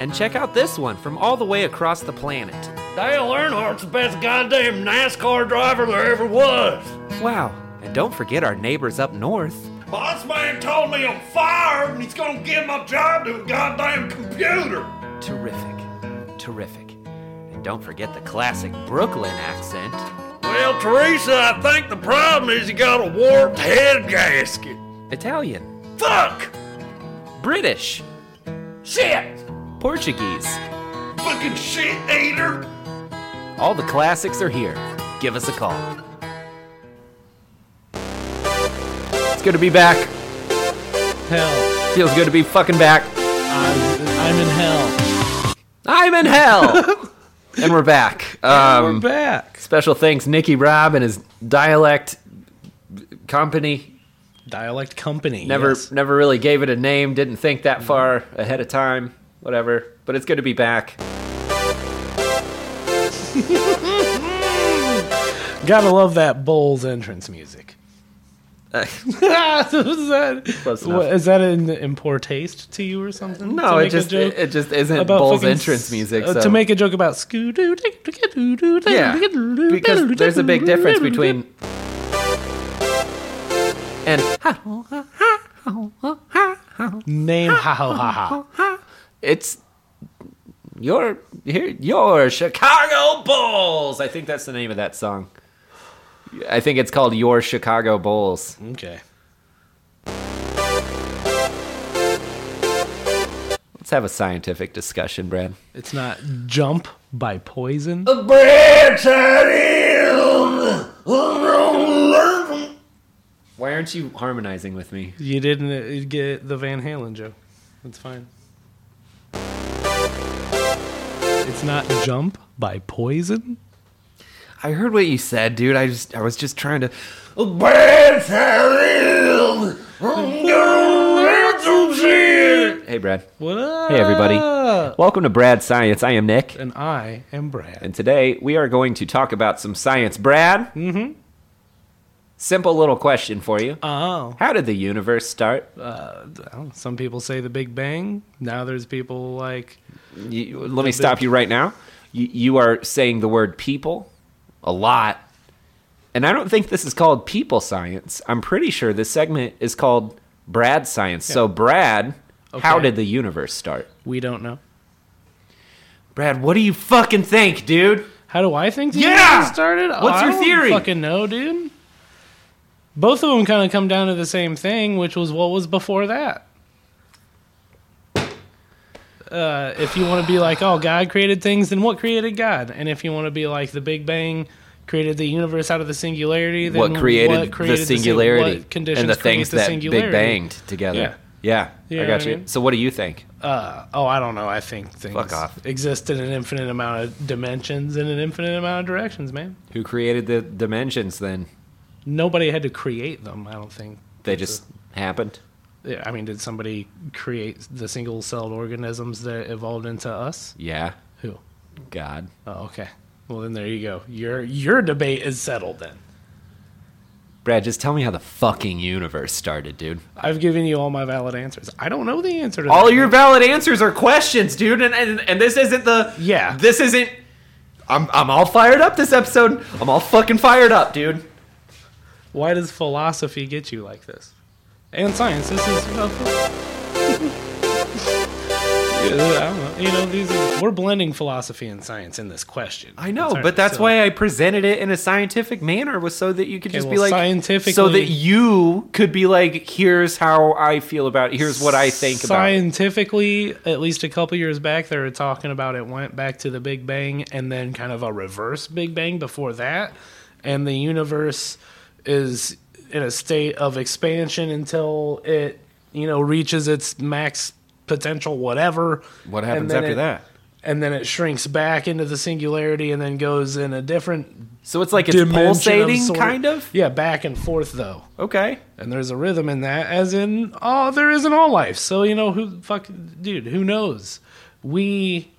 And check out this one from all the way across the planet. Dale Earnhardt's the best goddamn NASCAR driver there ever was. Wow. And don't forget our neighbors up north.
Boss man told me I'm fired and he's gonna give my job to a goddamn computer.
Terrific. Terrific. And don't forget the classic Brooklyn accent.
Well, Teresa, I think the problem is you got a warped head gasket.
Italian.
Fuck!
British.
Shit!
Portuguese.
Fucking shit eater!
All the classics are here. Give us a call. It's good to be back.
Hell.
Feels good to be fucking back.
I'm, I'm in hell.
I'm in hell. and we're back. Um,
We're back.
Special thanks, Nikki Robb and his dialect company.
Dialect Company.
Never,
yes.
never really gave it a name. Didn't think that far ahead of time. Whatever. But it's good to be back.
Gotta love that Bulls entrance music. is, that,
Uh, Close enough.
what, is that in, in poor taste to you or something?
No,
To
it
make a
just
joke?
it, it just isn't
about
Bulls
fucking
entrance
s-
music.
uh,
so.
to make a joke about scoo doo
yeah, because there's a big difference between and
name ha ha ha ha.
it's your here your Chicago Bulls. I think that's the name of that song. I think it's called Your Chicago Bulls.
Okay.
Let's have a scientific discussion, Brad.
It's not jump by poison.
Why aren't you harmonizing with me?
You didn't uh, get the Van Halen joke. That's fine. It's not jump by poison.
I heard what you said, dude. I just I was just trying to. Hey, Brad.
What up?
Hey, everybody. Welcome to Brad Science. I am Nick,
And I am Brad.
and today we are going to talk about some science. Brad. Mm-hmm. Simple little question for you.
Oh.
How did the universe start?
Well, some people say the Big Bang. Now there's people like
You, let me stop you right now. You, you are saying the word people a lot. And I don't think this is called people science. I'm pretty sure this segment is called Brad science. So, Brad, how
Okay.
did the universe start?
we don't know.
Brad, what do you fucking think, dude?
How do I think the
Yeah!
universe started? Oh,
What's
I
your
don't
theory?
Fucking know, dude. Both of them kind of come down to the same thing, which was what was before that. Uh, if you want to be like, oh, God created things, then what created God? And if you want to be like, the Big Bang created the universe out of the singularity, then
What created,
created
the
sing-
singularity
what conditions
and the
create
things
the
that
singularity?
big banged together?
Yeah.
Yeah,
You
I
know
got
what I
you.
mean?
So, what do you think?
Uh, oh, I don't know. I think things
Fuck off.
exist in an infinite amount of dimensions and an infinite amount of directions, man.
Who created the dimensions? Then
Nobody had to create them, I don't think.
they just happened.
Yeah, I mean, did somebody create the single celled organisms that evolved into us?
Yeah,
Who?
God.
Oh, okay. Well, then there you go. Your your debate is settled then.
Brad, just tell me how the fucking universe started, dude.
I've given you all my valid answers. I don't know the answer to
All
that.
your valid answers are questions, dude, and and, and this isn't the
Yeah.
This isn't. I'm I'm all fired up this episode. I'm all fucking fired up, dude.
Why does philosophy get you like this? And science. This is. Yeah, I don't know. You know, these are, we're blending philosophy and science in this question.
I know,
It's all
but
right,
that's
so-
why I presented it in a scientific manner was so that you could
Okay,
just
well,
be like so
scientifically-
that you could be like, here's how I feel about. Here's what I think about. it.
scientifically at least a couple years back they were talking about it went back to the big bang and then kind of a reverse big bang before that and the universe is in a state of expansion until it you know reaches its max potential whatever
What
And
happens
then
after
it-
that?
and then it shrinks back into the singularity and then goes in a different
So it's like it's
dimension of
pulsating,
sort.
kind of.
yeah back and forth though
Okay.
and there's a rhythm in that, as in oh, there is in all life. So you know who fuck, dude, who knows? We,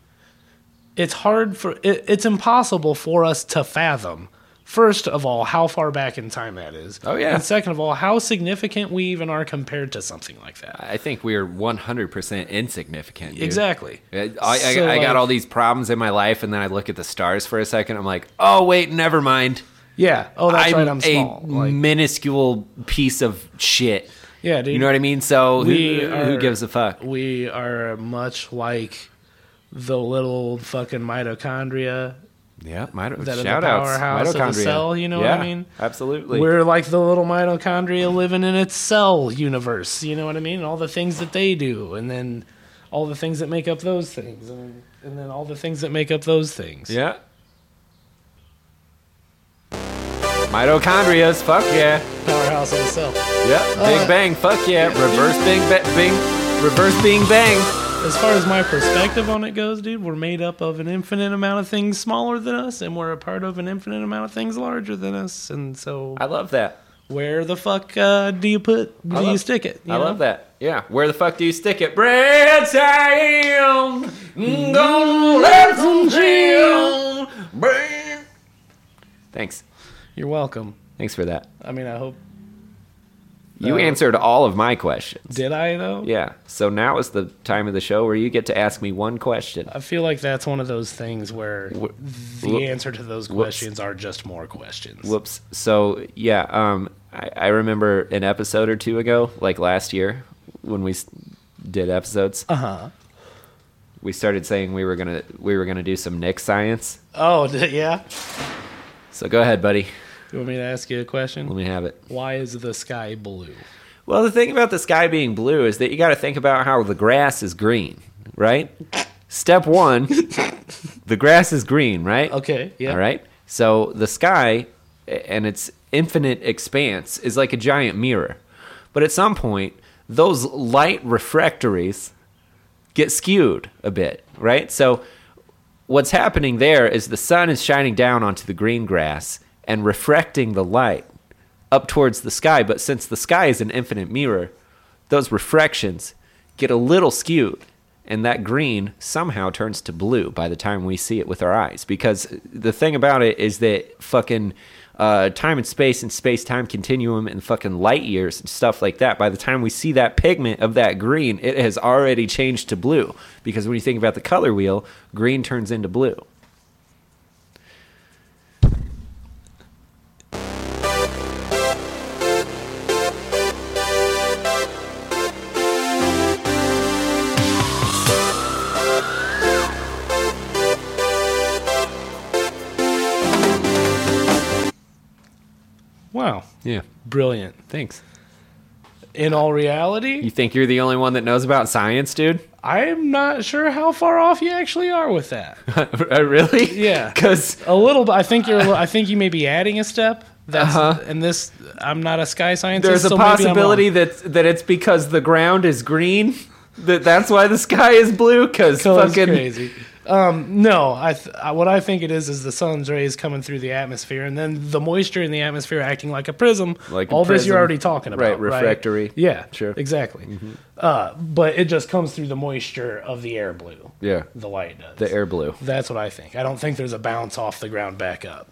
it's hard for it, it's impossible for us to fathom. First of all, how far back in time that is.
Oh, yeah.
And second of all, how significant we even are compared to something like that.
I think we are 100% insignificant. dude.
Exactly.
I, I,
So,
I
like-
got all these problems in my life, and then I look at the stars for a second. I'm like, oh wait, never mind.
Yeah. Oh, that's
I'm,
right. I'm
a
small. like,
minuscule piece of shit.
yeah, dude.
You know what I mean? So
We
who, who
are-
gives a fuck?
we are much like the little fucking mitochondria
Yeah, mito-
That are the
shout outs.
powerhouse of the
mitochondria.
cell, you know what I
Yeah,
mean?
Absolutely.
We're like the little mitochondria living in its cell universe. You know what I mean? All the things that they do, and then all the things that make up those things, and, and then all the things that make up those things.
yeah. Mitochondria's, fuck yeah.
Powerhouse of the cell.
Yeah.
Uh,
Big Bang, fuck yeah. Reverse Bing ba- Bing. Reverse Bing Bang.
As far as my perspective on it goes, dude, we're made up of an infinite amount of things smaller than us, and we're a part of an infinite amount of things larger than us. And so,
I love that.
where the fuck uh, do you put? Do you
love-
stick it? you
I
know?
love that. Yeah. Where the fuck do you stick it? Bread Sam! Gonna let some jam. Bread. Thanks.
You're welcome.
Thanks for that.
I mean, I hope.
You
Uh,
answered all of my questions.
Did I though?
Yeah. So now is the time of the show where you get to ask me one question.
I feel like that's one of those things where
Wh-
Uh, the
whoops.
answer to those questions are just more questions.
Whoops. So yeah, um, I, I remember an episode or two ago, like last year, when we s- did episodes. Uh huh.
Uh-huh.
We started saying we were gonna we were gonna do some Nick science.
Oh, d- yeah.
So go ahead, buddy.
You want me to ask you a
Let
question?
me have it.
Why is the sky blue?
Well, the thing about the sky being blue is that you got to think about how the grass is green, right? Step one, the grass is green, right?
Okay, yeah.
All right. So the sky a- and its infinite expanse is like a giant mirror. But at some point, those light refractories get skewed a bit, right? So what's happening there is the sun is shining down onto the green grass and refracting the light up towards the sky. But since the sky is an infinite mirror, those refractions get a little skewed. And that green somehow turns to blue by the time we see it with our eyes. Because the thing about it is that fucking uh, time and space and space time continuum and fucking light years and stuff like that, by the time we see that pigment of that green, it has already changed to blue. Because when you think about the color wheel, green turns into blue.
Wow.
Yeah.
Brilliant.
Thanks.
In all reality,
You think you're the only one that knows about science, dude?
I'm not sure how far off you actually are with that.
Uh, really?
Yeah.
Because
A little bit. I think you're. a li- I think you may be adding a step. That's and this. I'm not a sky scientist.
Uh-huh. there's a
so maybe I'm wrong.
possibility that that it's because the ground is green. That that's why the sky is blue. Because
So that's
fucking
crazy. Um, no, I th- I- what I think it is is the sun's rays coming through the atmosphere, and then the moisture in the atmosphere acting like a prism.
Like a
all this you're
prism.
already talking about,
Right, refractory.
Yeah,
Sure. Mm-hmm.
exactly. Uh, but it just comes through the moisture of the air blue.
yeah,
The light does.
the air blue.
That's what I think. I don't think there's a bounce off the ground back up.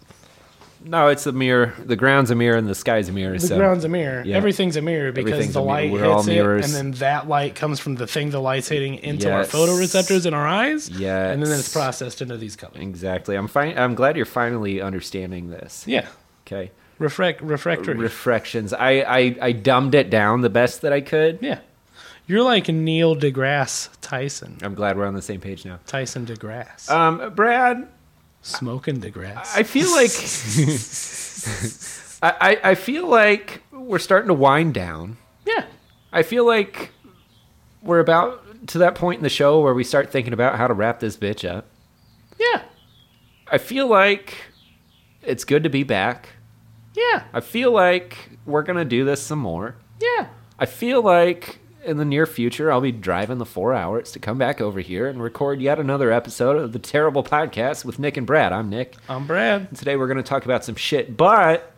No, it's a mirror. The ground's a mirror and the sky's a mirror.
The
so
ground's a mirror.
yeah.
Everything's a mirror because
Everything's
the
a mirror.
light
We're all
hits it,
mirrors.
and then that light comes from the thing the light's hitting into
Yes.
our photoreceptors in our eyes.
Yes.
and then it's processed into these colors.
exactly. I'm fine. I'm glad you're finally understanding this.
Yeah,
Okay.
refract refractory.
Refractions. I, I I dumbed it down the best that I could.
yeah, you're like Neil deGrasse Tyson.
I'm glad we're on the same page now.
Tyson deGrasse,
Um, Brad,
smoking deGrasse.
I feel like I, I I feel like we're starting to wind down.
yeah,
I feel like we're about to that point in the show where we start thinking about how to wrap this bitch up.
yeah,
I feel like it's good to be back.
yeah,
I feel like we're gonna do this some more.
yeah.
I feel like in the near future I'll be driving the four hours to come back over here and record yet another episode of the terrible podcast with Nick and Brad. I'm Nick.
I'm Brad.
Today we're gonna talk about some shit, but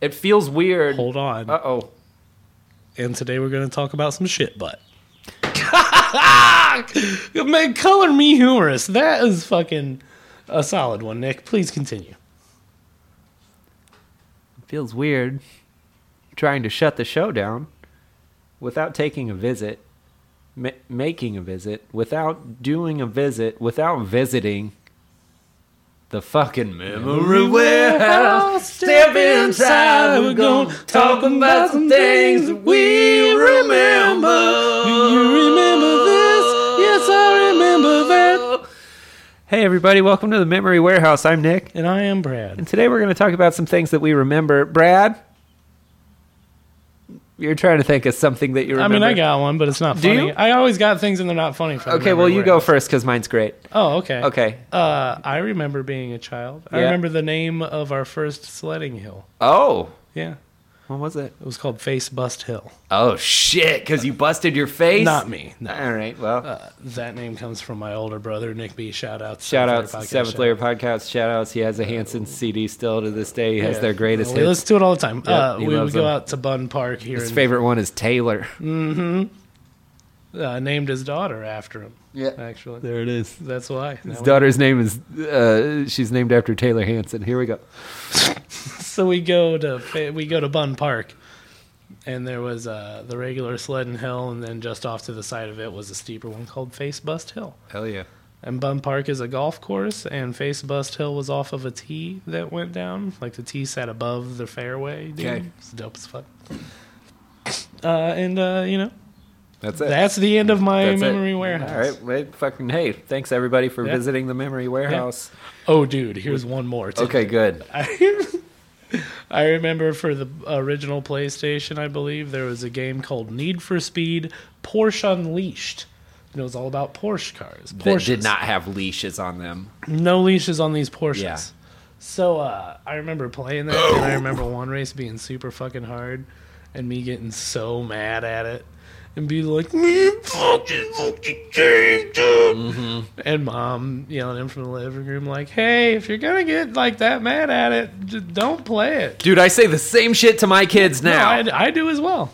it feels weird.
Hold on.
Uh oh.
and today we're going to talk about some shit butt. Man, color me humorous. That is fucking a solid one, Nick. Please continue.
feels weird trying to shut the show down without taking a visit, ma- making a visit, without doing a visit, without visiting the fucking memory warehouse. Step inside, we're gonna talk about some things that we remember.
Do you remember this? Yes, I remember that.
Hey, everybody, welcome to the Memory Warehouse. I'm Nick.
And I am Brad.
And today we're going to talk about some things that we remember. Brad, you're trying to think of something that you
I
remember.
mean, I got one, but it's not
Do
funny.
you?
I always got things and they're not funny. From
Okay, well, you go first because mine's great.
Oh, okay.
Okay.
Uh, I remember being a child. I
Yeah.
remember the name of our first sledding hill.
Oh,
Yeah,
what was it?
it was called Face Bust Hill.
Oh shit! Because you busted your face.
Not me. No. Uh,
All right. Well,
That name comes from my older brother, Nick B. Shout out.
shout outs, seventh layer podcast. Shout outs. He has
Uh,
a Hanson CD still to this day. He has their greatest
We
hits.
listen to it all the time. uh,
he
we would
loves
go
them.
out to Bun Park here
His
and
favorite one is Taylor.
Mm, uh, named his daughter after him. Yeah. Actually,
There it is.
that's why.
His daughter's name is. Uh, she's named after Taylor Hanson. Here we go.
So we go to fa- we go to Bun Park, and there was uh, the regular sledding hill, and then just off to the side of it was a steeper one called Face Bust Hill.
Hell yeah.
And Bun Park is a golf course, and Face Bust Hill was off of a tee that went down. Like the tee sat above the fairway. Dude.
Okay.
It's dope as fuck. Uh, and, uh, you know,
That's it.
that's the end of my
That's it.
memory warehouse.
All right. Wait, fucking hey! Thanks everybody for
Yeah.
visiting the memory warehouse.
Oh, dude, here's one more. too.
Okay, good.
I remember for the original PlayStation, I believe, there was a game called Need for Speed Porsche Unleashed. And it was all about Porsche cars.
That
Porsches.
did not have leashes on them.
No leashes on these Porsches.
Yeah.
So uh, I remember playing that, and I remember one race being super fucking hard, and me getting so mad at it, and be like, "Me fucking fucking changed up."
Mm-hmm.
And mom yelling in from the living room, like, "Hey, if you're gonna get like that mad at it, just don't play it."
Dude, I say the same shit to my kids
No,
now.
I, I do as well.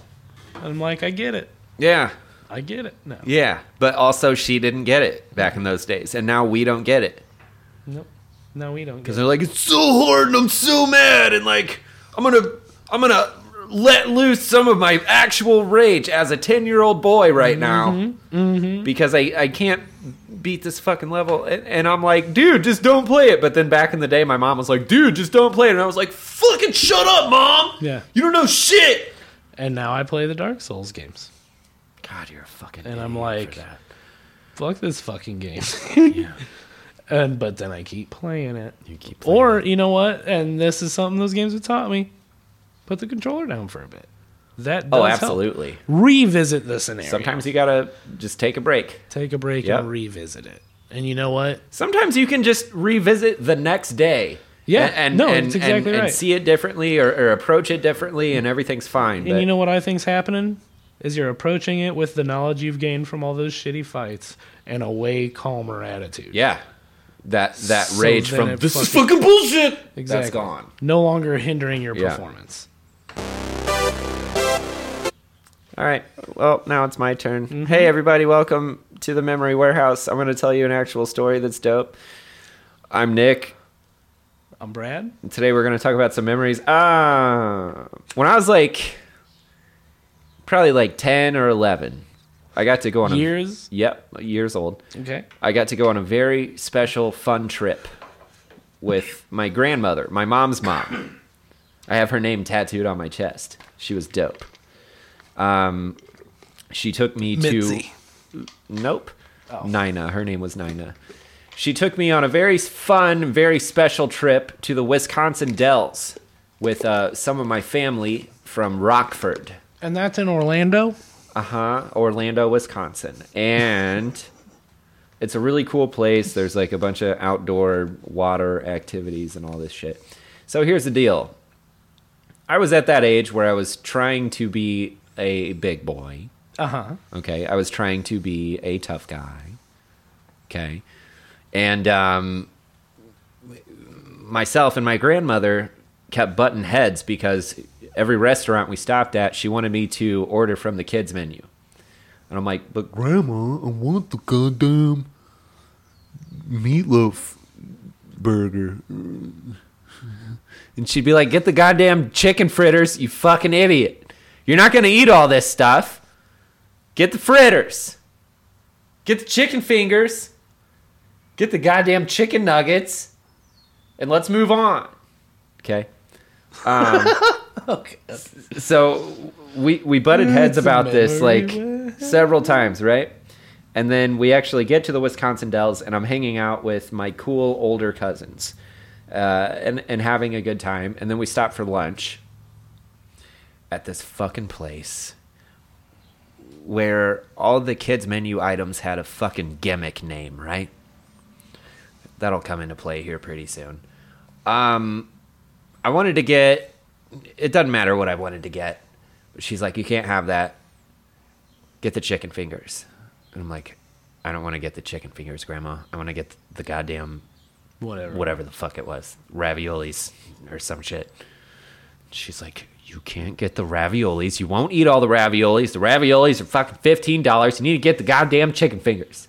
I'm like, I get it.
yeah.
I get it. No,
Yeah. But also, she didn't get it back in those days. And now we don't get it.
nope. No, we don't
Because
get it.
they're like, it's so hard and I'm so mad. And like, I'm going to, I'm going to let loose some of my actual rage as a 10 year old boy right now.
Mm-hmm,
Because I, I can't beat this fucking level. And, and I'm like, dude, just don't play it. But then back in the day, my mom was like, dude, just don't play it. And I was like, fucking shut up, mom.
Yeah.
You don't know shit.
And now I play the Dark Souls games.
God, you're a fucking.
And I'm
idiot for
like-
that.
Fuck this fucking game. And but then I keep playing it.
you keep playing.
Or you know what? And this is something those games have taught me. Put the controller down for a bit. That does
oh,
help.
absolutely.
Revisit the scenario.
Sometimes you gotta just take a break.
take a break
Yep.
and revisit it. And you know what?
Sometimes you can just revisit the next day.
Yeah,
and
no,
and,
it's exactly
and, and
right.
see it differently or, or approach it differently, and everything's fine.
And you know what I think's happening is you're approaching it with the knowledge you've gained from all those shitty fights and a way calmer attitude.
yeah, that that
So
rage
then
from
it
this is
fucking-
fucking bullshit.
Exactly.
That's gone.
No longer hindering your
Yeah.
performance.
All right. Well, now it's my turn.
Mm-hmm.
Hey, everybody, welcome to the Memory Warehouse. I'm going to tell you an actual story that's dope. I'm Nick.
I'm Brad.
Today we're going to talk about some memories. Ah, when I was like probably like 10 or 11, I got to go on a
Years.
Yep, years old.
Okay.
I got to go on a very special fun trip with my grandmother, my mom's mom. I have her name tattooed on my chest. She was dope. Um, she took me
Mitzi.
to Nope. Nina, her name was Nina. She took me on a very fun, very special trip to the Wisconsin Dells with uh, some of my family from Rockford.
And that's in Orlando.
Uh huh. Orlando, Wisconsin. And it's a really cool place. There's like a bunch of outdoor water activities and all this shit. So here's the deal I was at that age where I was trying to be a big boy.
Uh
Uh-huh.
huh.
Okay. I was trying to be a tough guy. Okay. And um, myself and my grandmother kept button heads because every restaurant we stopped at, she wanted me to order from the kids' menu. And I'm like, but
Grandma, I want the goddamn meatloaf burger.
And she'd be like, get the goddamn chicken fritters, you fucking idiot. You're not going to eat all this stuff. Get the fritters. Get the chicken fingers. Get the goddamn chicken nuggets. And let's move on. Okay. Um,
Okay.
So we, we butted heads about this like several times, right? And then we actually get to the Wisconsin Dells, and I'm hanging out with my cool older cousins uh, and, and having a good time. And then we stop for lunch. at this fucking place where all the kids' menu items had a fucking gimmick name, right? That'll come into play here pretty soon. Um, I wanted to get. It doesn't matter what I wanted to get. She's like, you can't have that. Get the chicken fingers. And I'm like, I don't want to get the chicken fingers, Grandma. I want to get the goddamn
Whatever.
whatever the fuck it was, raviolis or some shit. She's like, you can't get the raviolis. You won't eat all the raviolis. The raviolis are fucking fifteen dollars. You need to get the goddamn chicken fingers.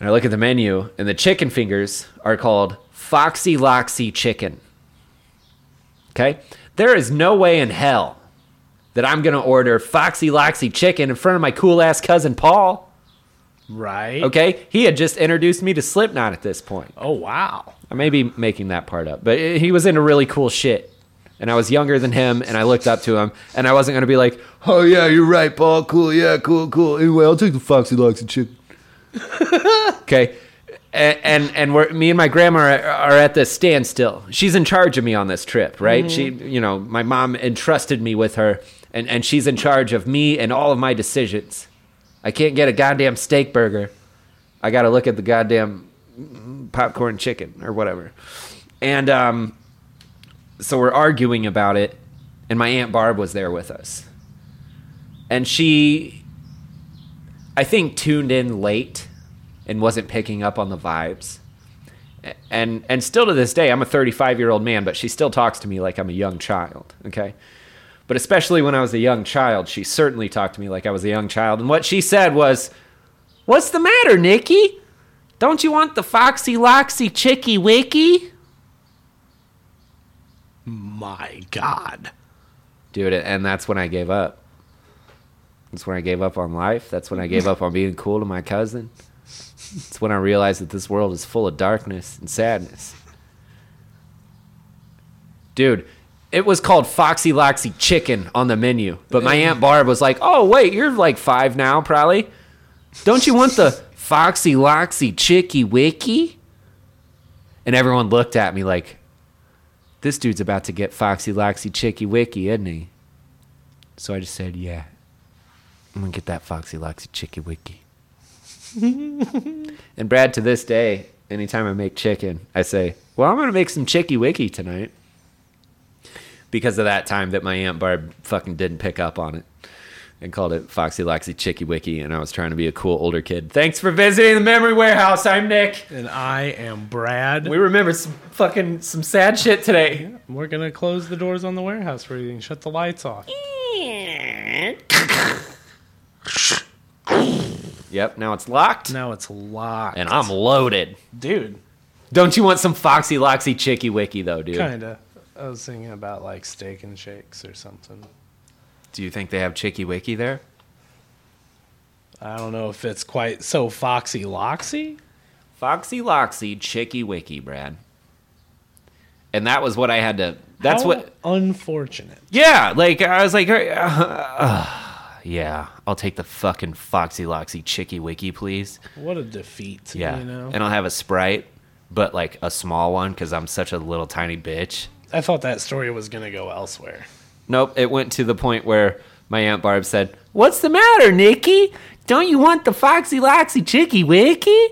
And I look at the menu, and the chicken fingers are called Foxy Loxy Chicken. Okay, there is no way in hell that I'm gonna order Foxy Loxy Chicken in front of my cool ass cousin Paul.
Right.
Okay, he had just introduced me to Slipknot at this point.
Oh wow.
I may be making that part up, but i- he was into really cool shit. And I was younger than him, and I looked up to him, and I wasn't going to be like,
Oh, yeah, you're right, Paul. Cool, yeah, cool, cool. Anyway, I'll take the Foxy Loxy chicken.
okay. And and, and we're, me and my grandma are, are at this standstill. She's in charge of me on this trip, right? She, you know, my mom entrusted me with her, and, and she's in charge of me and all of my decisions. I can't get a goddamn steak burger. I got to look at the goddamn popcorn chicken or whatever. And um, so we're arguing about it, and my aunt Barb was there with us. and she i think tuned in late and wasn't picking up on the vibes A- and and still to this day i'm a 35 year old man but she still talks to me like i'm a young child okay but especially when i was a young child she certainly talked to me like i was a young child and what she said was what's the matter nikki don't you want the foxy loxy chicky wicky
My God.
dude and that's when i gave up that's when i gave up on life that's when i gave up on being cool to my cousin it's when i realized that this world is full of darkness and sadness dude it was called foxy loxy chicken on the menu but my aunt barb was like oh wait you're like five now probably don't you want the foxy loxy chicky wicky and everyone looked at me like this dude's about to get Foxy Loxy Chicky Wicky, isn't he? So I just said, yeah. I'm gonna get that Foxy Loxy Chicky Wicky. and Brad, to this day, anytime I make chicken, I say, well, I'm gonna make some Chicky Wicky tonight. Because of that time that my Aunt Barb fucking didn't pick up on it and called it Foxy Loxy Chicky Wicky, and I was trying to be a cool older kid. Thanks for visiting the Memory Warehouse. I'm Nick.
And I am Brad.
We remember some fucking some sad shit today.
We're going to close the doors on the warehouse for you and shut the lights off.
Yep, now it's locked.
Now it's locked.
And I'm loaded.
Dude,
Don't you want some Foxy Loxy Chicky Wicky though, dude?
kind of. I was thinking about like steak and shakes or something.
Do you think they have Chicky Wicky there?
I don't know if it's quite so foxy loxy.
Foxy Loxy Chicky Wicky, Brad. And that was what I had to. That's
How
what.
Unfortunate.
Yeah, like I was like, yeah, I'll take the fucking Foxy Loxy Chicky Wicky, please.
What a defeat.
Yeah,
You know?
and I'll have a Sprite, but like a small one because I'm such a little tiny bitch.
I thought that story was going to go elsewhere.
Nope, it went to the point where my Aunt Barb said, What's the matter, Nikki? Don't you want the Foxy Loxy Chicky Wicky?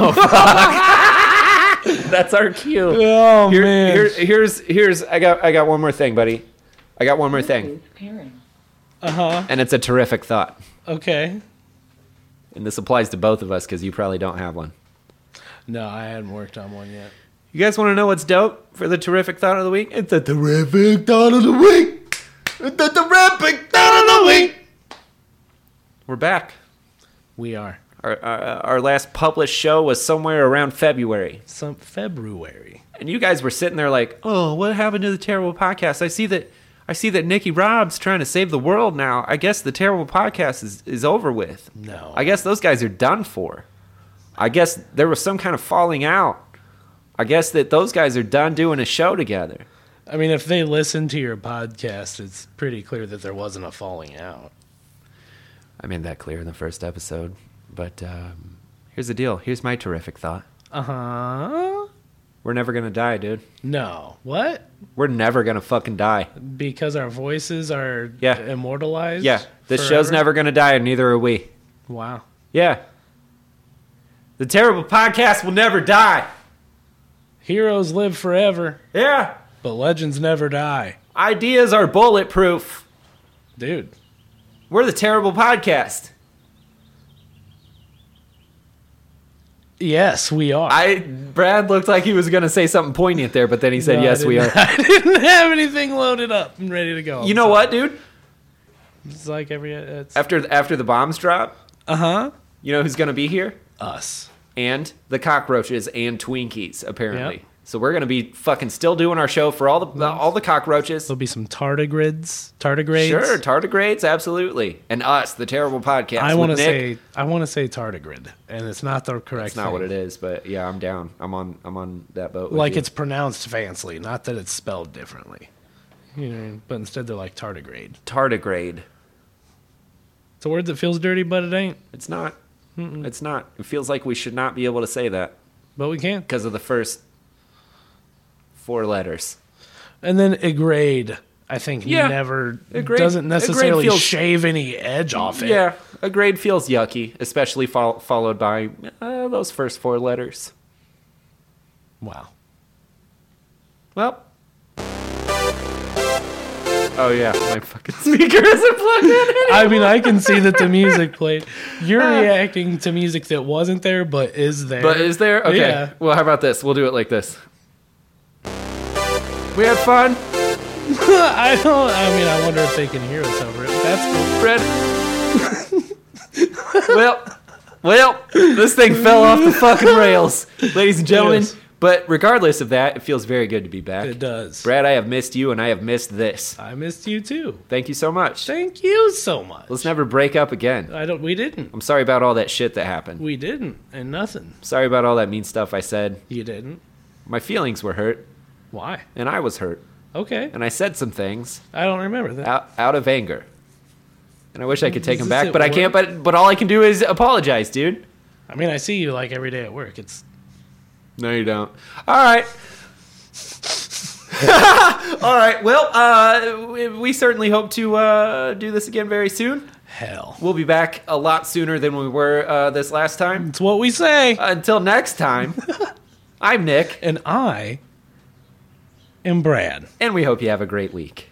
Oh, That's our cue.
Oh,
Here- here- here's here's I got I got one more thing, buddy. I got one more thing,
Uh huh.
and it's a terrific thought.
Okay.
And this applies to both of us because you probably don't have one.
No, I hadn't worked on one yet.
You guys want to know what's dope for the terrific thought of the week? It's a
Terrific thought of the week. The terrific thought of the week.
We're back.
We are.
Our, our, uh, our last published show was somewhere around February.
Some February.
And you guys were sitting there like, "Oh, what happened to the terrible podcast? I see that I see that Nikki Rob's trying to save the world now. I guess the terrible podcast is is over with.
No.
I guess those guys are done for. I guess there was some kind of falling out. I guess that those guys are done doing a show together.
I mean, if they listen to your podcast, it's pretty clear that there wasn't a falling out.
I made that clear in the first episode. But um, here's the deal. Here's my terrific thought.
Uh huh.
We're never gonna die, dude.
No. What?
We're never gonna fucking die.
Because our voices are
Yeah.
immortalized?
Yeah, this
forever?
show's never gonna die, and neither are we.
Wow.
Yeah, the terrible podcast will never die.
Heroes live forever,
Yeah,
but legends never die.
ideas are bulletproof.
Dude.
We're the terrible podcast.
Yes, we are.
I Brad looked like he was gonna say something poignant there, but then he said,
No, I
"Yes, we
didn't-
are."
I didn't have anything loaded up and ready to go.
You know what, dude?
It's like every. It's,
After after the bombs drop,
uh huh.
you know who's gonna be here?
Us.
and the cockroaches and Twinkies apparently.
Yep.
So we're gonna be fucking still doing our show for all the all the cockroaches.
There'll be some tardigrades. Tardigrades.
Sure, tardigrades, absolutely, and us, the terrible podcast.
I
with
want to
Nick.
say I want to say tardigrade, and it's not the correct.
it's not
thing.
what it is, but yeah, I'm down. I'm on. I'm on that boat. with
Like
you.
it's pronounced fancy, not that it's spelled differently. You know, but instead they're like tardigrade.
tardigrade.
It's a word that feels dirty, but it ain't.
It's not. It's not. It feels like we should not be able to say that
But we can.
because of the first four letters.
And then agrade. I think
Yeah.
never
A grade- a
doesn't
grade
necessarily
feels-
shave any edge off it.
Yeah, a grade feels yucky, especially fol- followed by uh, those first four letters.
Wow.
Well. Oh yeah, my fucking speaker isn't plugged in.
I mean, I can see that the music played. You're reacting to music that wasn't there, but is there.
Ah. But is there? Okay.
Yeah.
Well, how about this? We'll do it like this. We had fun,
Uh, I don't. I mean, I wonder if they can hear us over it. That's
Fred. well, well, this thing fell off the fucking rails, ladies and gentlemen.
Yes.
But regardless of that, it feels very good to be back.
it does.
Brad, I have missed you, and I have missed this.
I missed you too.
Thank you so much.
Thank you so much.
Let's never break up again.
I don't. We didn't.
I'm sorry about all that shit that happened.
We didn't. And nothing.
Sorry about all that mean stuff I said.
You didn't.
My feelings were hurt,
Why?
and I was hurt,
Okay.
and I said some things
I don't remember that.
out, out of anger. And I wish I could take
Is
them
this
back,
at
but I can't. But but all I can do is apologize, dude.
I mean, I see you like every day at work. It's
No, you don't. All right. all right. Well, uh, we- we certainly hope to uh, do this again very soon.
hell.
We'll be back a lot sooner than we were uh, this last time.
It's what we say.
Until next time, I'm Nick,
and I am Brad.
and we hope you have a great week.